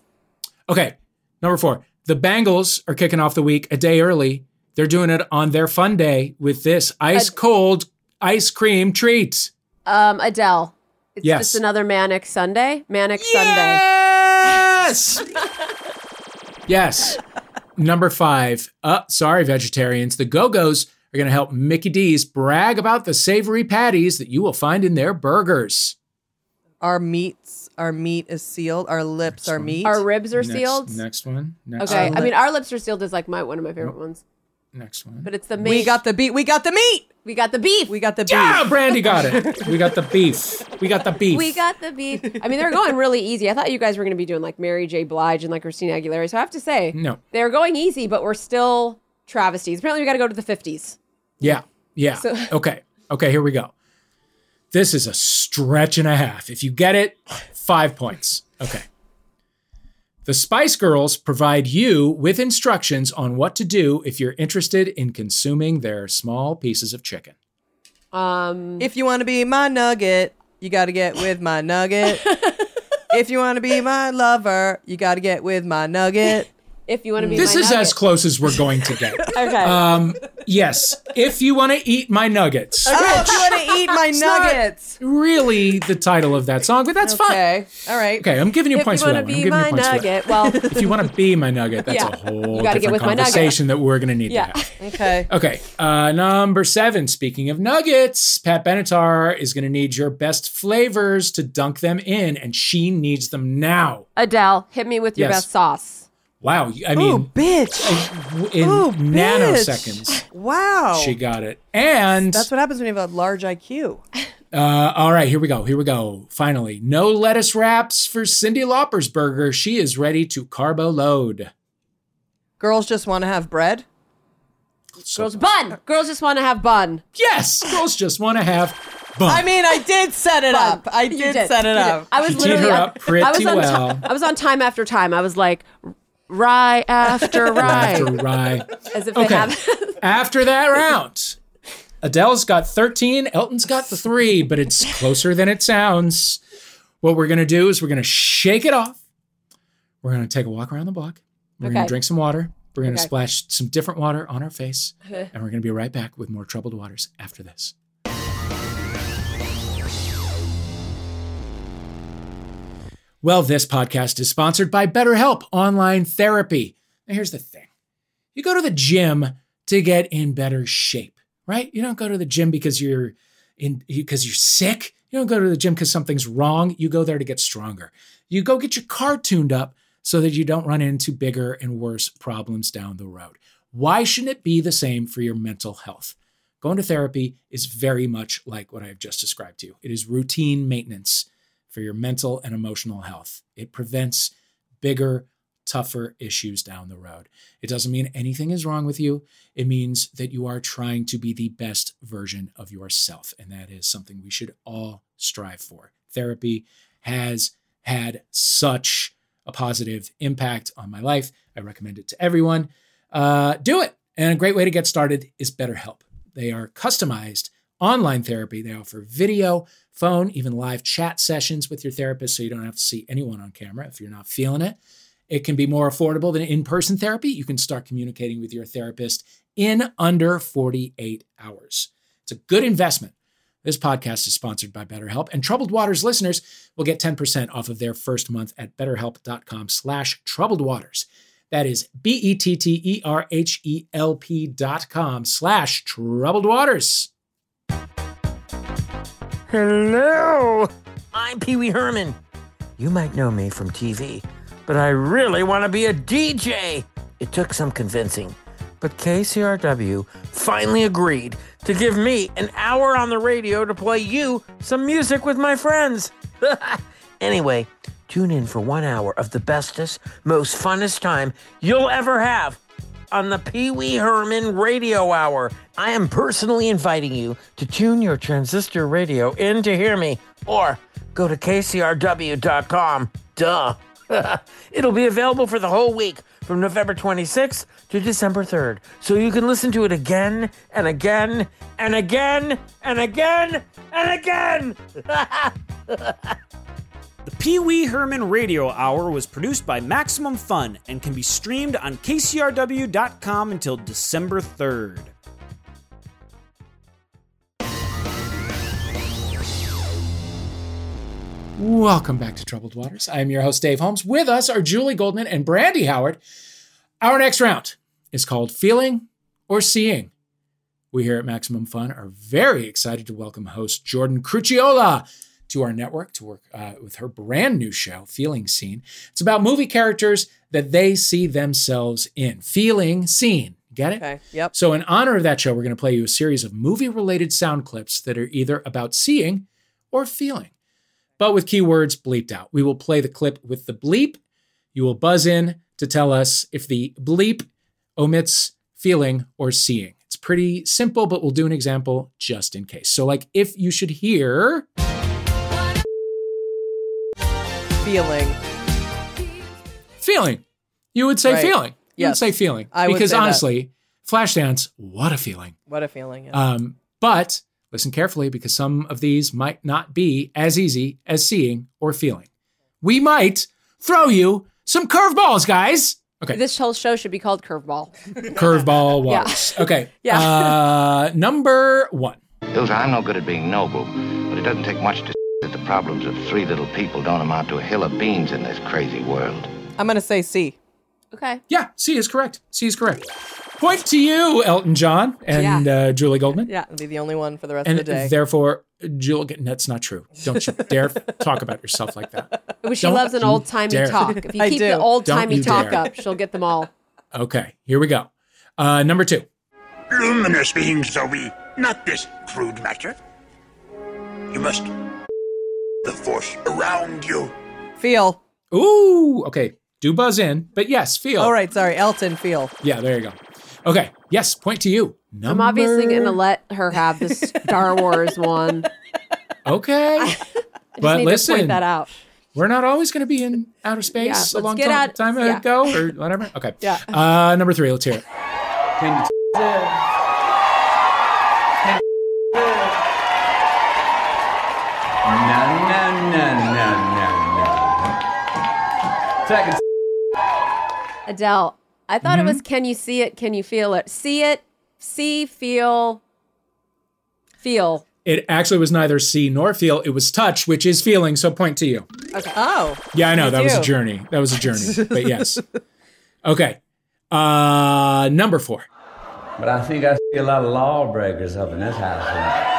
Speaker 1: okay. Number four. The Bangles are kicking off the week a day early. They're doing it on their fun day with this ice cold ice cream treat.
Speaker 3: Um, Adele. It's
Speaker 1: Yes.
Speaker 3: just another manic Sunday. Manic Sunday.
Speaker 1: Yes. yes. Number five. Uh, sorry, vegetarians. The Go Go's are going to help Mickey D's brag about the savory patties that you will find in their burgers.
Speaker 2: Our meats, our meat is sealed. Our lips, our meat.
Speaker 3: Our ribs are
Speaker 1: Next-
Speaker 3: sealed.
Speaker 1: Next one. Next
Speaker 3: Okay.
Speaker 1: one.
Speaker 3: I mean, our lips are sealed is like my one of my favorite ones.
Speaker 1: Next one.
Speaker 3: But it's the meat.
Speaker 2: we got the beat. We got the meat.
Speaker 3: we got the beef.
Speaker 2: We got the beat.
Speaker 1: Yeah, Ah, Brandy got it. We got the beef. We got the beef.
Speaker 3: We got the beef. I mean, they're going really easy. I thought you guys were going to be doing like Mary J. Blige and like Christina Aguilera. So I have to say,
Speaker 1: no.
Speaker 3: they're going easy, but we're still travesties. Apparently, we got to go to the 50s.
Speaker 1: Yeah. Yeah.
Speaker 3: So-
Speaker 1: okay. Okay. Here we go. This is a stretch and a half. If you get it, five points. Okay. The Spice Girls provide you with instructions on what to do if you're interested in consuming their small pieces of chicken.
Speaker 3: Um,
Speaker 2: If you want to be my nugget, you got to get with my nugget. if you want to be my lover, you got to get with my nugget.
Speaker 3: if you want to be
Speaker 1: This
Speaker 3: my
Speaker 1: is
Speaker 3: nugget.
Speaker 1: as close as we're going to get.
Speaker 3: Okay.
Speaker 1: Um, yes, if you want to eat my nuggets.
Speaker 2: Oh, if you want to eat my nuggets.
Speaker 1: Really, the title of that song, but that's fine.
Speaker 2: Okay. All right.
Speaker 1: Okay, I'm giving you
Speaker 3: if
Speaker 1: points
Speaker 3: you
Speaker 1: for
Speaker 3: want
Speaker 1: that
Speaker 3: to
Speaker 1: one. I'm
Speaker 3: be
Speaker 1: giving you
Speaker 3: my
Speaker 1: points for that.
Speaker 3: nugget, well,
Speaker 1: if you want to be my nugget, that's
Speaker 3: Yeah.
Speaker 1: a whole
Speaker 3: You gotta
Speaker 1: different
Speaker 3: get with my nugget.
Speaker 1: conversation that we're going to need
Speaker 3: Yeah.
Speaker 1: to have.
Speaker 2: Okay.
Speaker 1: Okay, uh, number seven. Speaking of nuggets, Pat Benatar is going to need your best flavors to dunk them in, and she needs them now.
Speaker 3: Adele, hit me with your
Speaker 1: Yes.
Speaker 3: best sauce.
Speaker 1: Wow, you- I
Speaker 2: Ooh,
Speaker 1: mean,
Speaker 2: bitch.
Speaker 1: w- in
Speaker 2: Ooh, bitch.
Speaker 1: nanoseconds,
Speaker 2: Wow.
Speaker 1: she got it. And
Speaker 2: That's what happens when you have a large IQ.
Speaker 1: uh, all right, here we go. Here we go. Finally, no lettuce wraps for Cindy Lauper's burger. She is ready to carbo load.
Speaker 2: Girls just want to have bread.
Speaker 1: So-
Speaker 3: Girls, bun. Girls just want to have bun.
Speaker 1: yes, girls just want to have. Bun.
Speaker 2: I mean, I did set it
Speaker 3: Bun.
Speaker 2: up. I
Speaker 3: You
Speaker 2: did, set it
Speaker 3: You did.
Speaker 2: up.
Speaker 3: I was
Speaker 1: She teed
Speaker 3: literally
Speaker 1: her
Speaker 3: on-
Speaker 1: up pretty
Speaker 3: I was on ti-
Speaker 1: well.
Speaker 3: I was on time after time. I was like, rye after rye,
Speaker 1: After rye.
Speaker 3: as if they
Speaker 1: Okay.
Speaker 3: have.
Speaker 1: After that round, Adele's got 13, Elton's got the three, but it's closer than it sounds. What we're going to do is we're going to shake it off. We're going to take a walk around the block. We're going
Speaker 3: Okay.
Speaker 1: to drink some water. We're going to
Speaker 3: Okay. Uh-huh.
Speaker 1: splash some different water on our face. and we're going to be right back with more troubled waters after this. Well, this podcast is sponsored by BetterHelp Online Therapy. Now, here's the thing you go to the gym to get in better shape, right? You don't go to the gym because you're in because you're sick. You don't go to the gym because something's wrong. You go there to get stronger. You go get your car tuned up so that you don't run into bigger and worse problems down the road. Why shouldn't it be the same for your mental health? Going to therapy is very much like what I've just described to you. It is routine maintenance for your mental and emotional health. It prevents bigger, tougher issues down the road. It doesn't mean anything is wrong with you. It means that you are trying to be the best version of yourself. And that is something we should all strive for. Therapy has had such a positive impact on my life. I recommend it to everyone. Uh, do it. And a great way to get started is BetterHelp. They are customized online therapy. They offer video, phone, even live chat sessions with your therapist so you don't have to see anyone on camera if you're not feeling it. It can be more affordable than in person therapy. You can start communicating with your therapist in under 48 hours. It's a good investment. This podcast is sponsored by BetterHelp, and Troubled Waters listeners will get 10% off of their first month at betterhelp.com slash troubled waters. That is E B-E-T-T-E-R-H-E-L-P E dot com slash troubled waters.
Speaker 4: Hello, I'm Pee Wee Herman. You might know me from TV, but I really want to be a DJ. It took some convincing, but KCRW finally agreed to give me an hour on the radio to play you some music with my friends. anyway, tune in for one hour of the bestest, most funnest time you'll ever have on the Pee Wee Herman Radio Hour. I am personally inviting you to tune your transistor radio in to hear me, or go to kcrw.com. Duh. It'll be available for the whole week from November 26th to December 3rd. So you can listen to it again and again and again and again and again.
Speaker 5: The Pee Wee Herman Radio Hour was produced by Maximum Fun and can be streamed on KCRW.com until December 3rd.
Speaker 1: Welcome back to Troubled Waters. I am your host, Dave Holmes. With us are Julie Goldman and Brandy Howard. Our next round is called Feeling or Seeing. We here at Maximum Fun are very excited to welcome host Jordan Cruciola to our network to work uh, with her brand new show, Feeling Seen. It's about movie characters that they see themselves in. Feeling Seen. Get it?
Speaker 2: Okay. Yep.
Speaker 1: So, in honor of that show, we're going to play you a series of movie related sound clips that are either about seeing or feeling, but with keywords bleeped out. We will play the clip with the bleep. You will buzz in to tell us if the bleep omits feeling or seeing. It's pretty simple, but we'll do an example just in case. So, like if you should hear,
Speaker 2: Feeling.
Speaker 1: feeling. You would say
Speaker 2: Right.
Speaker 1: feeling. You would
Speaker 2: Yes.
Speaker 1: say feeling.
Speaker 2: I would
Speaker 1: because
Speaker 2: say that.
Speaker 1: honestly, Flashdance, what a feeling.
Speaker 2: What a feeling. yeah.
Speaker 1: Um, but listen carefully because some of these might not be as easy as seeing or feeling. We might throw you some curveballs, guys. Okay,
Speaker 3: This whole show should be called Curveball.
Speaker 1: curveball waters. Okay,
Speaker 3: Yeah.
Speaker 1: Uh, number one.
Speaker 6: Hilda, I'm no good at being noble, but it doesn't take much to that the problems of three little people don't amount to a hill of beans in this crazy world.
Speaker 2: I'm going to say C.
Speaker 3: Okay.
Speaker 1: Yeah, C is correct. C is correct. Point to you, Elton John and uh, Julie Goldman.
Speaker 2: Yeah. I'll be the only one for the rest
Speaker 1: And
Speaker 2: of the day.
Speaker 1: therefore, Julie, that's not true. Don't you dare talk about yourself like that.
Speaker 3: Well, she
Speaker 1: Don't
Speaker 3: loves an
Speaker 1: you
Speaker 3: old timey
Speaker 1: dare.
Speaker 3: talk. If you
Speaker 2: I
Speaker 3: keep
Speaker 2: do.
Speaker 3: the old timey
Speaker 1: you
Speaker 3: talk
Speaker 1: dare.
Speaker 3: up, she'll get them all.
Speaker 1: Okay, here we go. Uh, number two.
Speaker 7: Luminous beings are we, not this crude matter. You must the force around you.
Speaker 2: Feel.
Speaker 1: Ooh, okay. Do buzz in, but yes, feel.
Speaker 2: All Oh, right. Sorry. Elton, feel.
Speaker 1: Yeah, there you go. Okay. Yes, point to you. Number...
Speaker 3: I'm obviously going to let her have the Star Wars one.
Speaker 1: Okay.
Speaker 3: Just
Speaker 1: but
Speaker 3: need to point
Speaker 1: listen,
Speaker 3: that out.
Speaker 1: we're not always going to be in outer
Speaker 3: Yeah,
Speaker 1: space
Speaker 3: let's
Speaker 1: a long
Speaker 3: get
Speaker 1: time,
Speaker 3: out-
Speaker 1: time
Speaker 3: yeah.
Speaker 1: ago or whatever. Okay. Yeah. Uh, number three. Let's hear it.
Speaker 8: No, no, no, no, no, no. Second.
Speaker 3: Adele, I thought it
Speaker 1: Mm-hmm.
Speaker 3: was can you see it? Can you feel it? See it, see, feel, feel.
Speaker 1: It actually was neither see nor feel. It was touch, which is feeling. So point to you.
Speaker 2: Oh.
Speaker 1: Yeah, I know. That was a
Speaker 2: do.
Speaker 1: journey. That was a journey. but yes. Okay. Uh, number four.
Speaker 8: But I think I see a lot of lawbreakers up in this house.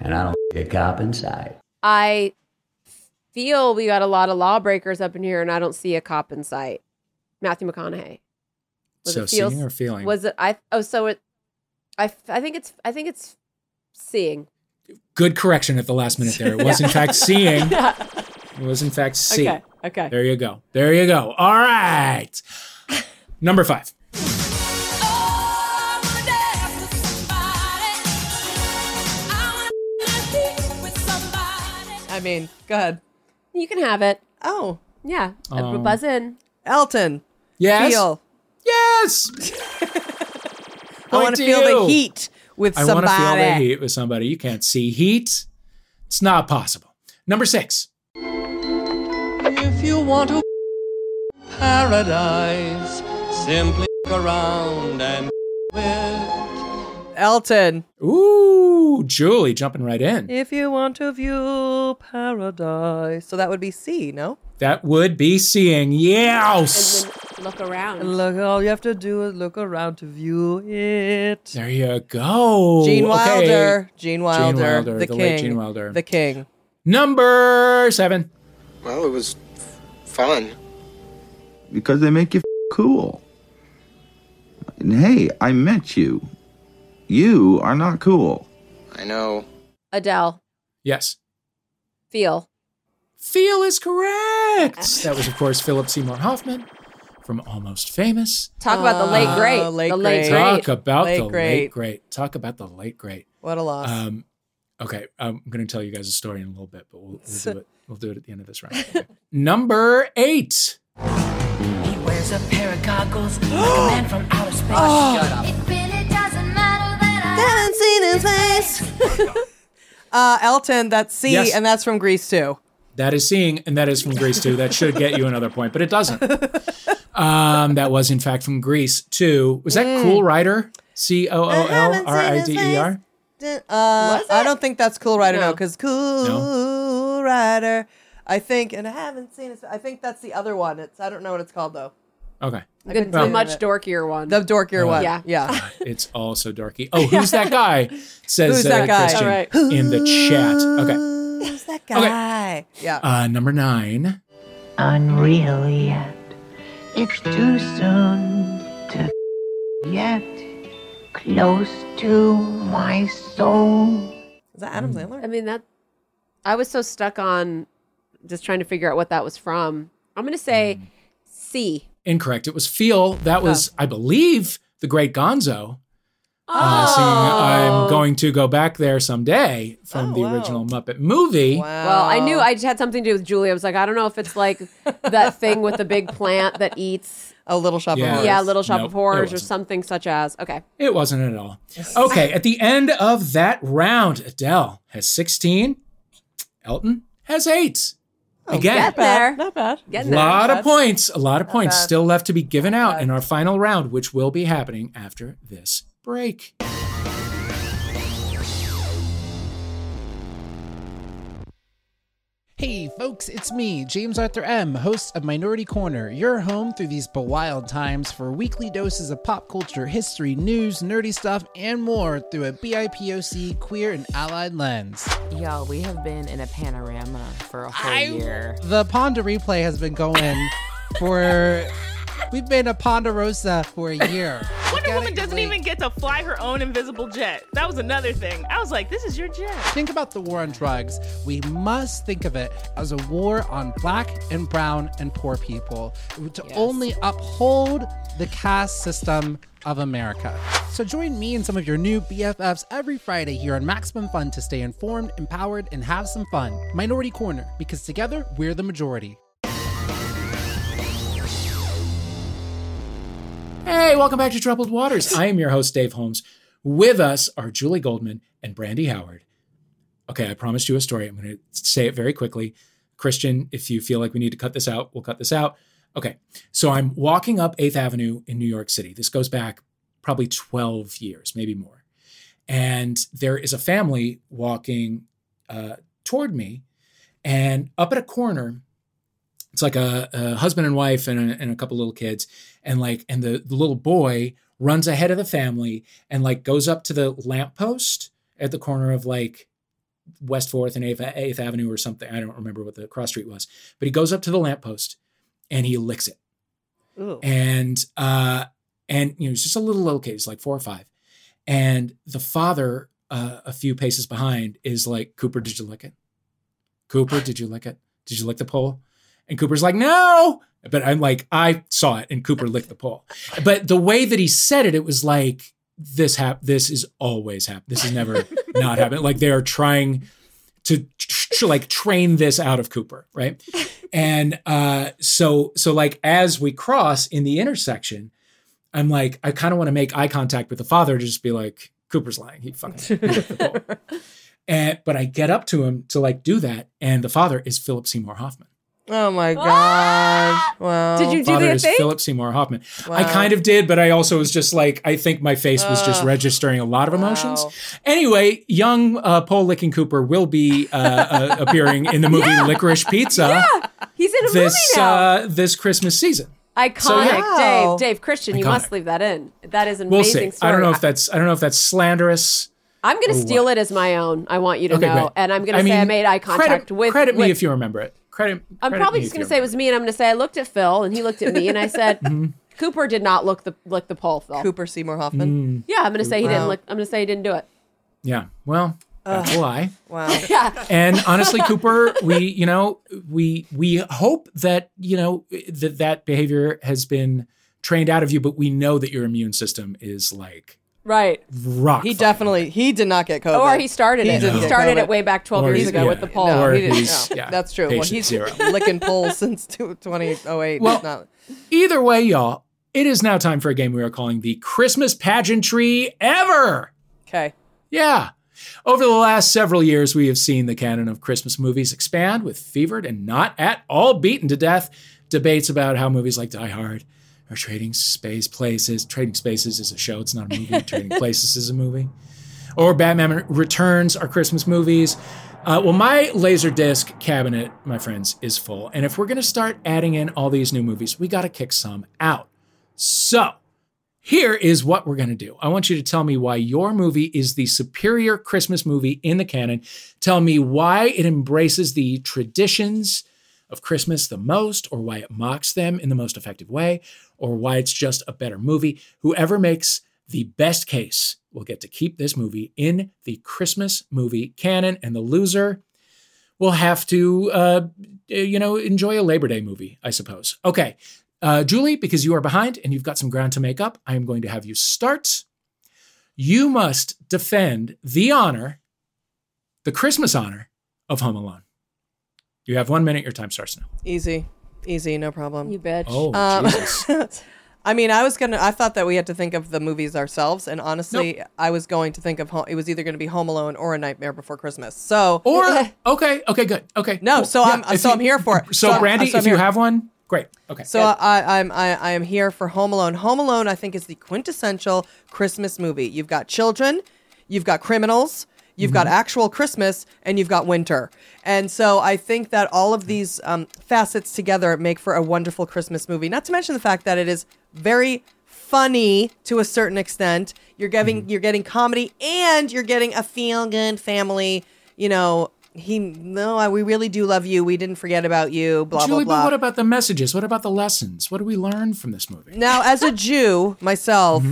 Speaker 8: And I don't see a cop in sight.
Speaker 3: I feel we got a lot of lawbreakers up in here, and I don't see a cop in sight. Matthew McConaughey.
Speaker 1: so
Speaker 3: it feel-
Speaker 1: seeing or feeling?
Speaker 3: Was it? I oh, so it. I, f- I think it's I think it's seeing.
Speaker 1: Good correction at the last minute there. It was in fact seeing. It was in fact see.
Speaker 2: Okay. Okay.
Speaker 1: There you go. There you go. All right. Number five.
Speaker 2: I mean, go ahead.
Speaker 3: You can have it.
Speaker 2: Oh.
Speaker 3: Yeah, Uh,
Speaker 1: Um,
Speaker 3: buzz in.
Speaker 2: Elton.
Speaker 1: Yes.
Speaker 2: Feel.
Speaker 1: Yes.
Speaker 2: I
Speaker 1: Point
Speaker 2: want
Speaker 1: to
Speaker 2: to feel
Speaker 1: you.
Speaker 2: the heat with
Speaker 1: I want
Speaker 2: somebody.
Speaker 1: to feel the heat with somebody. You can't see heat. It's not possible. Number six.
Speaker 9: If you want to paradise, simply look around and it.
Speaker 2: Elton.
Speaker 1: Ooh, Julie jumping right in.
Speaker 2: If you want to view paradise. So that would be C, no?
Speaker 1: That would be seeing. Yes.
Speaker 3: And then look around.
Speaker 2: Look, all you have to do is look around to view it.
Speaker 1: There you go.
Speaker 2: Gene
Speaker 1: Okay.
Speaker 2: Wilder. Gene Wilder.
Speaker 1: Wilder,
Speaker 2: the,
Speaker 1: the
Speaker 2: king.
Speaker 1: late Gene Wilder.
Speaker 2: The king.
Speaker 1: Number seven.
Speaker 10: Well, it was f- fun.
Speaker 11: because they make you f- cool. And hey, I met you. You are not cool.
Speaker 10: I know.
Speaker 3: Adele,
Speaker 1: Yes.
Speaker 3: feel.
Speaker 1: Feel is correct. That was, of course, Philip Seymour Hoffman from Almost Famous.
Speaker 3: Talk about the late
Speaker 2: Ah,
Speaker 3: great.
Speaker 2: late
Speaker 3: the late
Speaker 2: great.
Speaker 1: Talk
Speaker 3: great.
Speaker 1: about
Speaker 2: Late
Speaker 1: the late
Speaker 2: great.
Speaker 1: great. Talk about the late great.
Speaker 2: What a loss.
Speaker 1: Um, Okay, I'm going to tell you guys a story in a little bit, but we'll, we'll do it. We'll do it at the end of this round. Okay. Number eight.
Speaker 12: He wears a pair of goggles, like a man from outer space. Oh. Shut up.
Speaker 2: Haven't seen his face. uh, Elton, that's C,
Speaker 1: Yes.
Speaker 2: and that's from Greece too.
Speaker 1: That is seeing, and that is from Greece too. That should get you another point, but it doesn't. Um, that was in fact from Greece too. Was that
Speaker 2: Mm.
Speaker 1: Cool Rider? C O O L R I D E R.
Speaker 2: Uh, I don't think that's Cool Rider, no, because Cool Rider. I think, and I haven't seen it. I think that's the other one. It's I don't know what it's called though.
Speaker 1: Okay.
Speaker 2: I
Speaker 3: The,
Speaker 2: couldn't
Speaker 3: the
Speaker 2: think of
Speaker 3: much
Speaker 2: it.
Speaker 3: dorkier one.
Speaker 2: The dorkier
Speaker 1: Oh.
Speaker 2: one.
Speaker 1: Yeah.
Speaker 2: Yeah, yeah.
Speaker 1: It's all so dorky. Oh, who's that guy? Says
Speaker 2: Who's that
Speaker 1: uh,
Speaker 2: guy?
Speaker 1: Christian
Speaker 2: All right.
Speaker 1: in the chat. Okay.
Speaker 2: Who's that guy? Yeah.
Speaker 1: Uh, number nine.
Speaker 12: Unreal yet. It's too soon to yet. Close to my soul.
Speaker 2: Is that Adam Sandler?
Speaker 3: I mean that. I was so stuck on just trying to figure out what that was from. I'm gonna
Speaker 1: Hmm.
Speaker 3: say C.
Speaker 1: Incorrect. It was Feel. That was, I believe, the great Gonzo. Uh, singing I'm going to go back there someday from the original Muppet movie.
Speaker 3: Well, I
Speaker 13: Oh.
Speaker 3: knew I just had something to do with Julie. I was like, I don't know if it's like that thing with the big plant that eats.
Speaker 2: A little shop
Speaker 1: Yeah.
Speaker 2: of
Speaker 1: Horrors.
Speaker 3: Yeah, Little Shop
Speaker 1: Nope,
Speaker 3: of
Speaker 1: it
Speaker 3: Horrors or
Speaker 1: wasn't.
Speaker 3: something such as. Okay.
Speaker 1: It wasn't at all. Okay, at the end of that round, Adele has 16, Elton has eight. Again,
Speaker 3: Get there.
Speaker 2: Not bad.
Speaker 1: a
Speaker 3: Getting there.
Speaker 1: lot of points, a lot of points
Speaker 2: bad.
Speaker 1: still left to be given out in our final round, which will be happening after this break.
Speaker 14: Hey folks, it's me, James Arthur M., host of Minority Corner, your home through these wild times for weekly doses of pop culture, history, news, nerdy stuff, and more through a BIPOC queer and allied lens.
Speaker 13: Y'all, we have been in a panorama for a whole year.
Speaker 14: The Ponda replay has been going for. We've been a Ponderosa for a year.
Speaker 15: Wonder Woman doesn't even get to fly her own invisible jet. That was another thing. I was like, this is your jet.
Speaker 14: Think about the war on drugs. We must think of it as a war on black and brown and poor people to only uphold the caste system of America. So join me and some of your new BFFs every Friday here on Maximum Fun to stay informed, empowered, and have some fun. Minority Corner, because together we're the majority.
Speaker 1: Hey, welcome back to Troubled Waters. I am your host, Dave Holmes. With us are Julie Goldman and Brandy Howard. Okay, I promised you a story. I'm going to say it very quickly. Christian, if you feel like we need to cut this out, we'll cut this out. Okay, so I'm walking up 8th Avenue in New York City. This goes back probably 12 years, maybe more. And there is a family walking uh, toward me, and up at a corner, it's like a, a husband and wife and a, and a couple little kids and like and the, the little boy runs ahead of the family and like goes up to the lamppost at the corner of like west fourth and 8th, 8th avenue or something i don't remember what the cross street was but he goes up to the lamppost and he licks it
Speaker 2: Ooh.
Speaker 1: and uh and you know he's just a little little kid he's like four or five and the father uh, a few paces behind is like cooper did you lick it cooper did you lick it did you lick the pole and cooper's like no but i'm like i saw it and cooper licked the pole but the way that he said it it was like this hap- this is always hap- this is never not happening like they are trying to tr- tr- like train this out of Cooper, right? And uh, so so like as we cross in the intersection, I'm like I kind of want to make eye contact with the father to just be like Cooper's lying, he fucking. he hit the ball." and but I get up to him to like do that, and the father is Philip Seymour Hoffman.
Speaker 2: Oh my god! Wow.
Speaker 1: father is Philip Seymour Hoffman. I
Speaker 2: Wow.
Speaker 1: kind of did, but I also was just like I think my face was just
Speaker 2: Ugh.
Speaker 1: registering a lot of emotions. Anyway, young uh, Paul Licking Cooper will be uh, uh, appearing in the movie
Speaker 3: Yeah.
Speaker 1: Licorice Pizza.
Speaker 3: He's in a
Speaker 1: this
Speaker 3: movie now.
Speaker 1: uh this Christmas season.
Speaker 3: Iconic,
Speaker 1: so, yeah. Wow.
Speaker 3: Dave. Dave Christian, you
Speaker 1: Iconic.
Speaker 3: must leave that in. That is an
Speaker 1: We'll
Speaker 3: amazing
Speaker 1: see.
Speaker 3: story.
Speaker 1: I don't know if that's I don't know if that's slanderous.
Speaker 3: I'm going
Speaker 1: or
Speaker 3: to steal it as my own. I want you to
Speaker 1: Okay,
Speaker 3: know,
Speaker 1: great.
Speaker 3: and I'm going
Speaker 1: I
Speaker 3: to say I
Speaker 1: mean,
Speaker 3: made eye contact
Speaker 1: credit,
Speaker 3: with.
Speaker 1: credit me
Speaker 3: with-
Speaker 1: if you remember it. Credit.
Speaker 3: I'm
Speaker 1: credit
Speaker 3: probably
Speaker 1: me if
Speaker 3: just going
Speaker 1: you Mm-hmm.
Speaker 3: to say it was me, and I'm going to say I looked at Phil, and he looked at me, and I said, "Cooper did not look the lick the pole, Phil."
Speaker 2: Cooper Seymour
Speaker 1: Hmm.
Speaker 2: Hoffman.
Speaker 3: Yeah, I'm going to say he
Speaker 1: Wow.
Speaker 3: didn't look. I'm going to say he didn't do it.
Speaker 1: remember. Yeah. Well, that's a lie.
Speaker 2: Wow.
Speaker 3: yeah.
Speaker 1: And honestly, Cooper, we you know we we hope that you know that that behavior has been trained out of you, but we know that your immune system is like
Speaker 3: Right.
Speaker 1: Rock.
Speaker 2: He definitely he did not get COVID.
Speaker 3: Or Oh, he started it.
Speaker 2: didn't
Speaker 3: He
Speaker 2: get
Speaker 3: started
Speaker 2: COVID.
Speaker 3: it way back 12
Speaker 1: Or
Speaker 3: years
Speaker 1: he's-
Speaker 3: ago
Speaker 1: yeah.
Speaker 3: with the poll.
Speaker 1: Or
Speaker 2: he didn't-
Speaker 1: he's-
Speaker 2: no,
Speaker 1: yeah,
Speaker 2: that's true. Well,
Speaker 1: patient
Speaker 2: he's
Speaker 1: zero.
Speaker 2: licking poles since two- 2008.
Speaker 1: Well,
Speaker 2: It's not-
Speaker 1: Either way, y'all, it is now time for a game we are calling the Christmas pageantry ever.
Speaker 2: okay.
Speaker 1: Yeah. Over the last several years, we have seen the canon of Christmas movies expand with fevered and not at all beaten to death debates about how movies like Die Hard or Trading Space Places, Trading Spaces is a show, it's not a movie, Trading Places is a movie, or Batman Returns are Christmas movies. Uh, well, my Laserdisc cabinet, my friends, is full. And if we're going to start adding in all these new movies, we got to kick some out. So, here is what we're going to do. I want you to tell me why your movie is the superior Christmas movie in the canon. Tell me why it embraces the traditions of Christmas the most, or why it mocks them in the most effective way, or why it's just a better movie. Whoever makes the best case will get to keep this movie in the Christmas movie canon, and the loser will have to, uh, you know, enjoy a Labor Day movie, I suppose. Okay. Uh, Julie, because you are behind and you've got some ground to make up, I am going to have you start. You must defend the honor, the Christmas honor of Home Alone. You have one minute. Your time starts now.
Speaker 2: Easy. Easy, no problem.
Speaker 3: You bitch.
Speaker 1: Oh,
Speaker 2: Uh, I mean, I was gonna. I thought that we had to think of the movies ourselves, and honestly, I was going to think of home. It was either going to be Home Alone or A Nightmare Before Christmas. So,
Speaker 1: or okay, okay, good, okay.
Speaker 2: No, so
Speaker 1: Yeah,
Speaker 2: I'm
Speaker 1: if
Speaker 2: so
Speaker 1: you-
Speaker 2: I'm here for it.
Speaker 1: So,
Speaker 2: I'm-
Speaker 1: Brandy,
Speaker 2: so I'm
Speaker 1: if you
Speaker 2: here.
Speaker 1: have one, great. Okay.
Speaker 2: So uh, I, I'm I, I am here for Home Alone. Home Alone, I think, is the quintessential Christmas movie. You've got children, you've got criminals, you've got
Speaker 1: Mm-hmm.
Speaker 16: Mhm.
Speaker 2: actual Christmas, and you've got winter. And so I think that all of these um, facets together make for a wonderful Christmas movie. Not to mention the fact that it is very funny to a certain extent. You're giving
Speaker 1: Mm-hmm.
Speaker 2: you're getting comedy and you're getting a feel good family. You know. He no, I, we really do love you. We didn't forget about you. Blah
Speaker 1: Julie,
Speaker 2: blah blah.
Speaker 1: but what about the messages? What about the lessons? What do we learn from this movie?
Speaker 2: Now, as a Jew myself,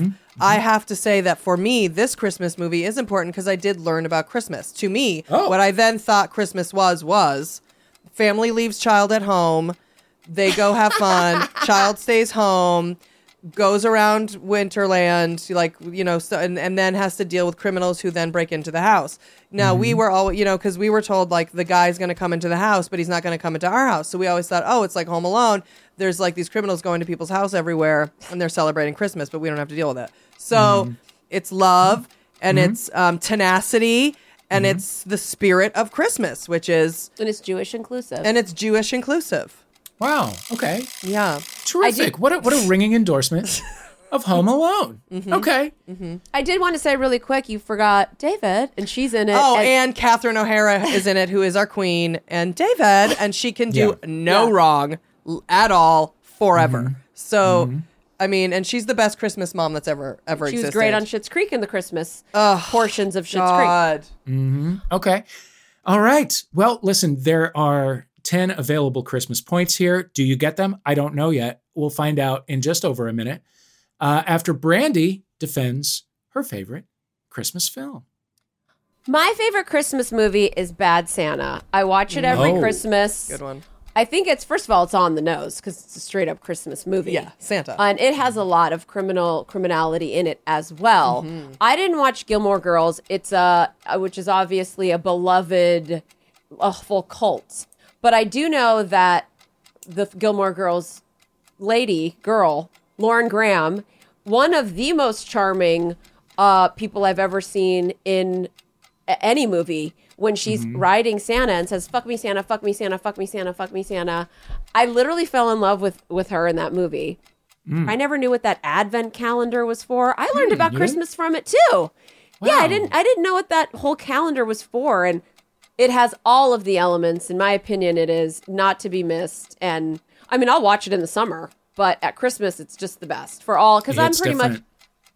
Speaker 2: I have to say that for me, this Christmas movie is important because I did learn about Christmas. To me, what I then thought Christmas was was family leaves child at home, they go have fun, child stays home, goes around Winterland, like you know, so, and and then has to deal with criminals who then break into the house. Now we
Speaker 16: Mhm.
Speaker 2: were all you know because we were told like the guy's going to come into the house, but he's not going to come into our house. So we always thought, oh, it's like Home Alone. There's like these criminals going to people's house everywhere, and they're celebrating Christmas, but we don't have to deal with it. So it's love and
Speaker 3: Mhm.
Speaker 2: it's um, tenacity. And it's the spirit of Christmas, which is
Speaker 3: And it's Jewish inclusive.
Speaker 2: and it's Jewish inclusive.
Speaker 1: Wow. Okay.
Speaker 2: Yeah.
Speaker 1: Terrific. What a, what a ringing endorsement of Home Alone.
Speaker 3: Mm-hmm.
Speaker 1: Okay.
Speaker 3: I did want to say really quick, you forgot David, and she's in it.
Speaker 2: Oh, and Catherine O'Hara is in it, who is our queen, and David, and she can do
Speaker 3: Yeah.
Speaker 2: no
Speaker 3: Yeah.
Speaker 2: wrong l- at all forever.
Speaker 1: Mm-hmm.
Speaker 2: So, I mean, and she's the best Christmas mom that's ever ever
Speaker 3: she was
Speaker 2: existed.
Speaker 3: great on Schitt's Creek in the Christmas portions of Schitt's
Speaker 2: God.
Speaker 3: Creek.
Speaker 1: Mm-hmm. Okay. All right. Well, listen, there are 10 available Christmas points here. Do you get them? I don't know yet. We'll find out in just over a minute uh, after Brandy defends her favorite Christmas film.
Speaker 3: My favorite Christmas movie is Bad Santa. I watch it every
Speaker 1: Oh.
Speaker 3: Christmas.
Speaker 2: Good one.
Speaker 3: I think it's first of all, it's on the nose because it's a straight up Christmas movie.
Speaker 2: Yeah, Santa.
Speaker 3: and it has a lot of criminal criminality in it as well. I didn't watch Gilmore Girls. It's a which is obviously a beloved, awful cult. But I do know that the Gilmore Girls lady girl Lauren Graham, one of the most charming uh, people I've ever seen in a- any movie when she's
Speaker 16: Mm-hmm.
Speaker 3: riding Santa and says "fuck me Santa, fuck me Santa, fuck me Santa, fuck me Santa." I literally fell in love with with her in that movie.
Speaker 16: Mm.
Speaker 3: I never knew what that advent calendar was for. I learned about
Speaker 16: you didn't?
Speaker 3: Christmas from it too. Yeah, I didn't I didn't know what that whole calendar was for and it has all of the elements in my opinion it is not to be missed and I mean I'll watch it in the summer, but at Christmas it's just the best for all cuz I'm
Speaker 16: It's
Speaker 3: pretty much
Speaker 16: different.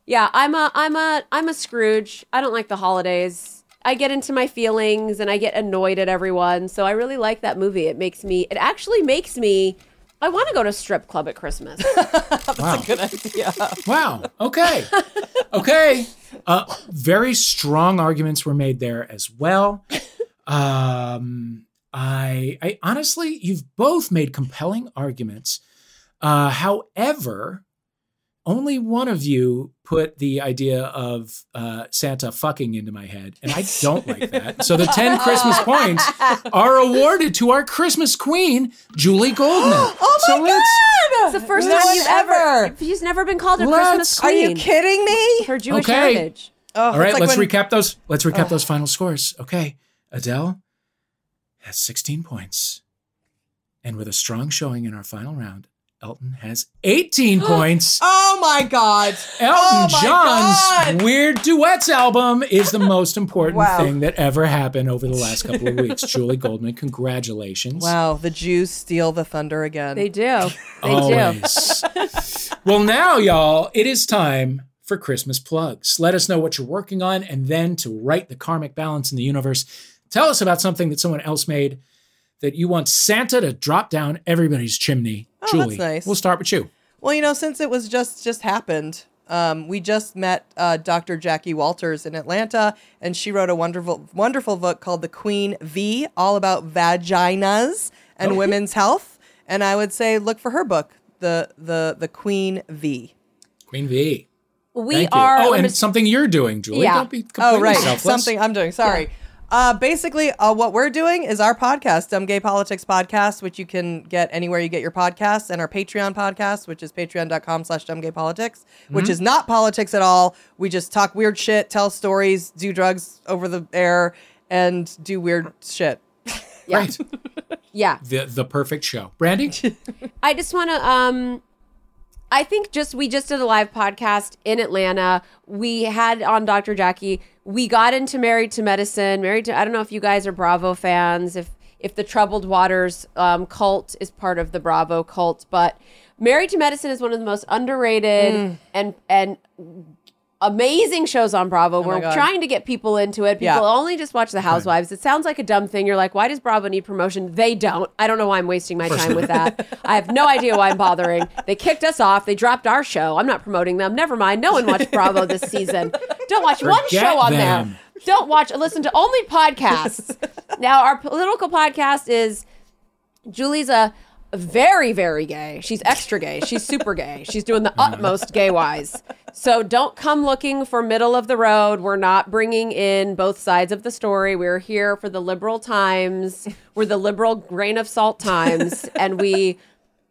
Speaker 3: yeah, I'm a I'm a I'm a Scrooge. I don't like the holidays. I get into my feelings and I get annoyed at everyone. So I really like that movie. It makes me it actually makes me I want to go to strip club at Christmas.
Speaker 1: wow.
Speaker 2: Good idea.
Speaker 1: Wow. Okay. okay. Uh, very strong arguments were made there as well. Um, I, I honestly, you've both made compelling arguments. Uh, however, only one of you put the idea of uh, Santa fucking into my head, and I don't like that. So the 10 Christmas points are awarded to our Christmas queen, Julie Goldman. oh my so let's,
Speaker 3: It's the first time you've ever. She's never been called a Christmas
Speaker 1: Let's- Are
Speaker 3: queen.
Speaker 1: you
Speaker 2: kidding me?
Speaker 3: Her Jewish
Speaker 1: Okay.
Speaker 3: heritage.
Speaker 2: Oh,
Speaker 1: All right, let's recap those. Let's recap those final scores. Okay, Adele has 16 points, and with a strong showing in our final round, Elton has 18 points.
Speaker 2: Oh my God.
Speaker 1: Elton
Speaker 2: oh my
Speaker 1: John's Weird Duets album is the most important
Speaker 2: Wow.
Speaker 1: thing that ever happened over the last couple of weeks. Julie Goldman, congratulations.
Speaker 2: Wow, the Jews steal the thunder again.
Speaker 3: They do. They
Speaker 1: Oh, Always.
Speaker 3: do.
Speaker 1: Well, now, y'all, it is time for Christmas plugs. Let us know what you're working on and then to write the karmic balance in the universe. Tell us about something that someone else made that you want Santa to drop down everybody's chimney.
Speaker 2: Oh, that's
Speaker 1: Julie,
Speaker 2: nice.
Speaker 1: we'll start with you.
Speaker 2: Well, you know, since it was just just happened, um, we just met uh, Dr. Jackie Walters in Atlanta, and she wrote a wonderful wonderful book called The Queen V, all about vaginas and
Speaker 16: Okay.
Speaker 2: women's health. And I would say look for her book, the the the Queen V.
Speaker 1: Queen V.
Speaker 3: We
Speaker 1: Thank you.
Speaker 3: are.
Speaker 1: Oh,
Speaker 3: I'm
Speaker 1: and
Speaker 3: gonna-
Speaker 1: something you're doing, Julie. Don't be completely
Speaker 2: oh, right.
Speaker 1: selfless.
Speaker 2: Something I'm doing. Sorry. Uh, basically, uh, what we're doing is our podcast, Dumb Gay Politics Podcast, which you can get anywhere you get your podcasts, and our Patreon podcast, which is patreon.com slash dumb gay politics, which
Speaker 1: Mm-hmm.
Speaker 16: Mhm.
Speaker 2: is not politics at all. We just talk weird shit, tell stories, do drugs over the air, and do weird shit.
Speaker 1: Right.
Speaker 3: yeah.
Speaker 1: The the perfect show. Brandy?
Speaker 3: I just want to um I think just we just did a live podcast in Atlanta. We had on Dr. Jackie. We got into Married to Medicine. Married to I don't know if you guys are Bravo fans, if if the Troubled Waters um, cult is part of the Bravo cult, but Married to Medicine is one of the most underrated
Speaker 16: Mm.
Speaker 3: and and amazing shows on Bravo.
Speaker 16: Oh my
Speaker 3: We're
Speaker 16: God.
Speaker 3: trying to get people into it.
Speaker 16: Yeah.
Speaker 3: People only just watch The Housewives. It sounds like a dumb thing. You're like, why does Bravo need promotion? They don't. I don't know why I'm wasting my time with that. I have no idea why I'm bothering. They kicked us off. They dropped our show. I'm not promoting them. Never mind. No one watched Bravo this season. Don't watch one
Speaker 16: Forget
Speaker 3: show on
Speaker 16: them.
Speaker 3: there. Don't watch. Listen to only podcasts. now, our political podcast is Julie's a very, very gay. She's extra gay. She's super gay. She's doing the utmost gay wise. So don't come looking for middle of the road. We're not bringing in both sides of the story. We're here for the liberal times. We're the liberal grain of salt times, and we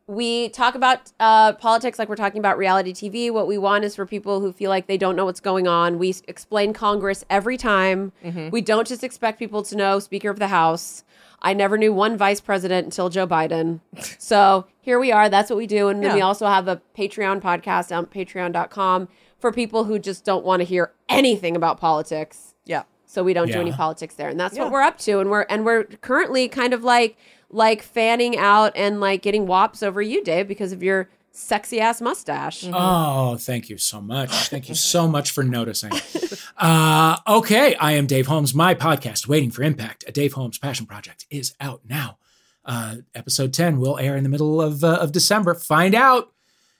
Speaker 3: we talk about uh, politics like we're talking about reality TV. What we want is for people who feel like they don't know what's going on. We s- explain Congress every time.
Speaker 16: Mhm.
Speaker 3: We don't just expect people to know Speaker of the House. I never knew one vice president until Joe Biden. So here we are. That's what we do. And then we
Speaker 16: Yeah.
Speaker 3: also have a Patreon podcast on patreon.com for people who just don't want to hear anything about politics.
Speaker 2: Yeah.
Speaker 3: So we don't do any
Speaker 16: Yeah.
Speaker 3: politics there. And that's
Speaker 16: Yeah.
Speaker 3: what we're up to. And we're and we're currently kind of like like fanning out and like getting wops over you, Dave, because of your sexy ass mustache.
Speaker 1: Oh, thank you so much. Thank you so much for noticing. Uh, okay, I am Dave Holmes. My podcast, Waiting for Impact, a Dave Holmes passion project, is out now. Uh, episode 10 will air in the middle of, uh, of December. Find out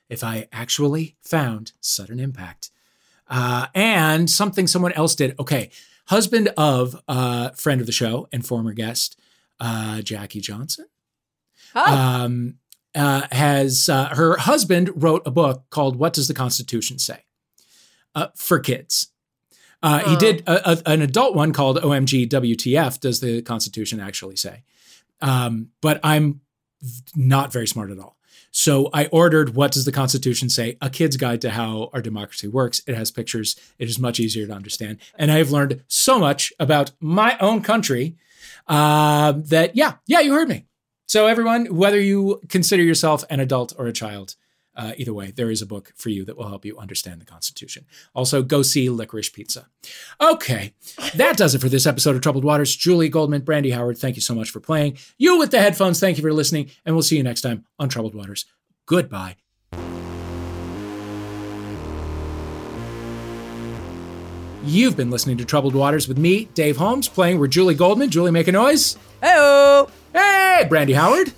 Speaker 1: if I actually found sudden impact. Uh, and something someone else did. Okay, husband of uh, friend of the show and former guest, uh, Jackie Johnson um, uh, has uh, her husband wrote a book called "What Does the Constitution Say?" uh, for kids. Uh, He did a, a- an adult one called "OMG WTF: Does the Constitution Actually Say?" Um, but I'm v- not very smart at all. So I ordered "What Does the Constitution Say?" A kid's guide to how our democracy works. It has pictures. It is much easier to understand, and I have learned so much about my own country uh, that yeah, yeah, you heard me. So everyone, whether you consider yourself an adult or a child, uh, either way, there is a book for you that will help you understand the Constitution. Also, go see Licorice Pizza. Okay, that does it for this episode of Troubled Waters. Julie Goldman, Brandy Howard, thank you so much for playing. You with the headphones, thank you for listening, and we'll see you next time on Troubled Waters. Goodbye. You've been listening to Troubled Waters with me, Dave Holmes, playing with Julie Goldman. Julie, make a noise.
Speaker 2: Hey-oh.
Speaker 1: Hey, Brandy Howard.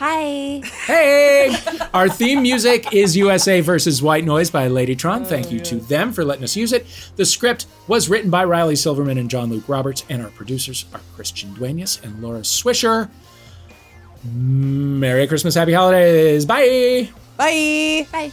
Speaker 3: Hi.
Speaker 1: Hey. Our theme music is USA versus White Noise by Ladytron. Thank you to them for letting us use it. The script was written by Riley Silverman and John Luke Roberts, and our producers are Christian Duenas and Laura Swisher. Merry Christmas, happy holidays. Bye.
Speaker 2: Bye.
Speaker 3: Bye.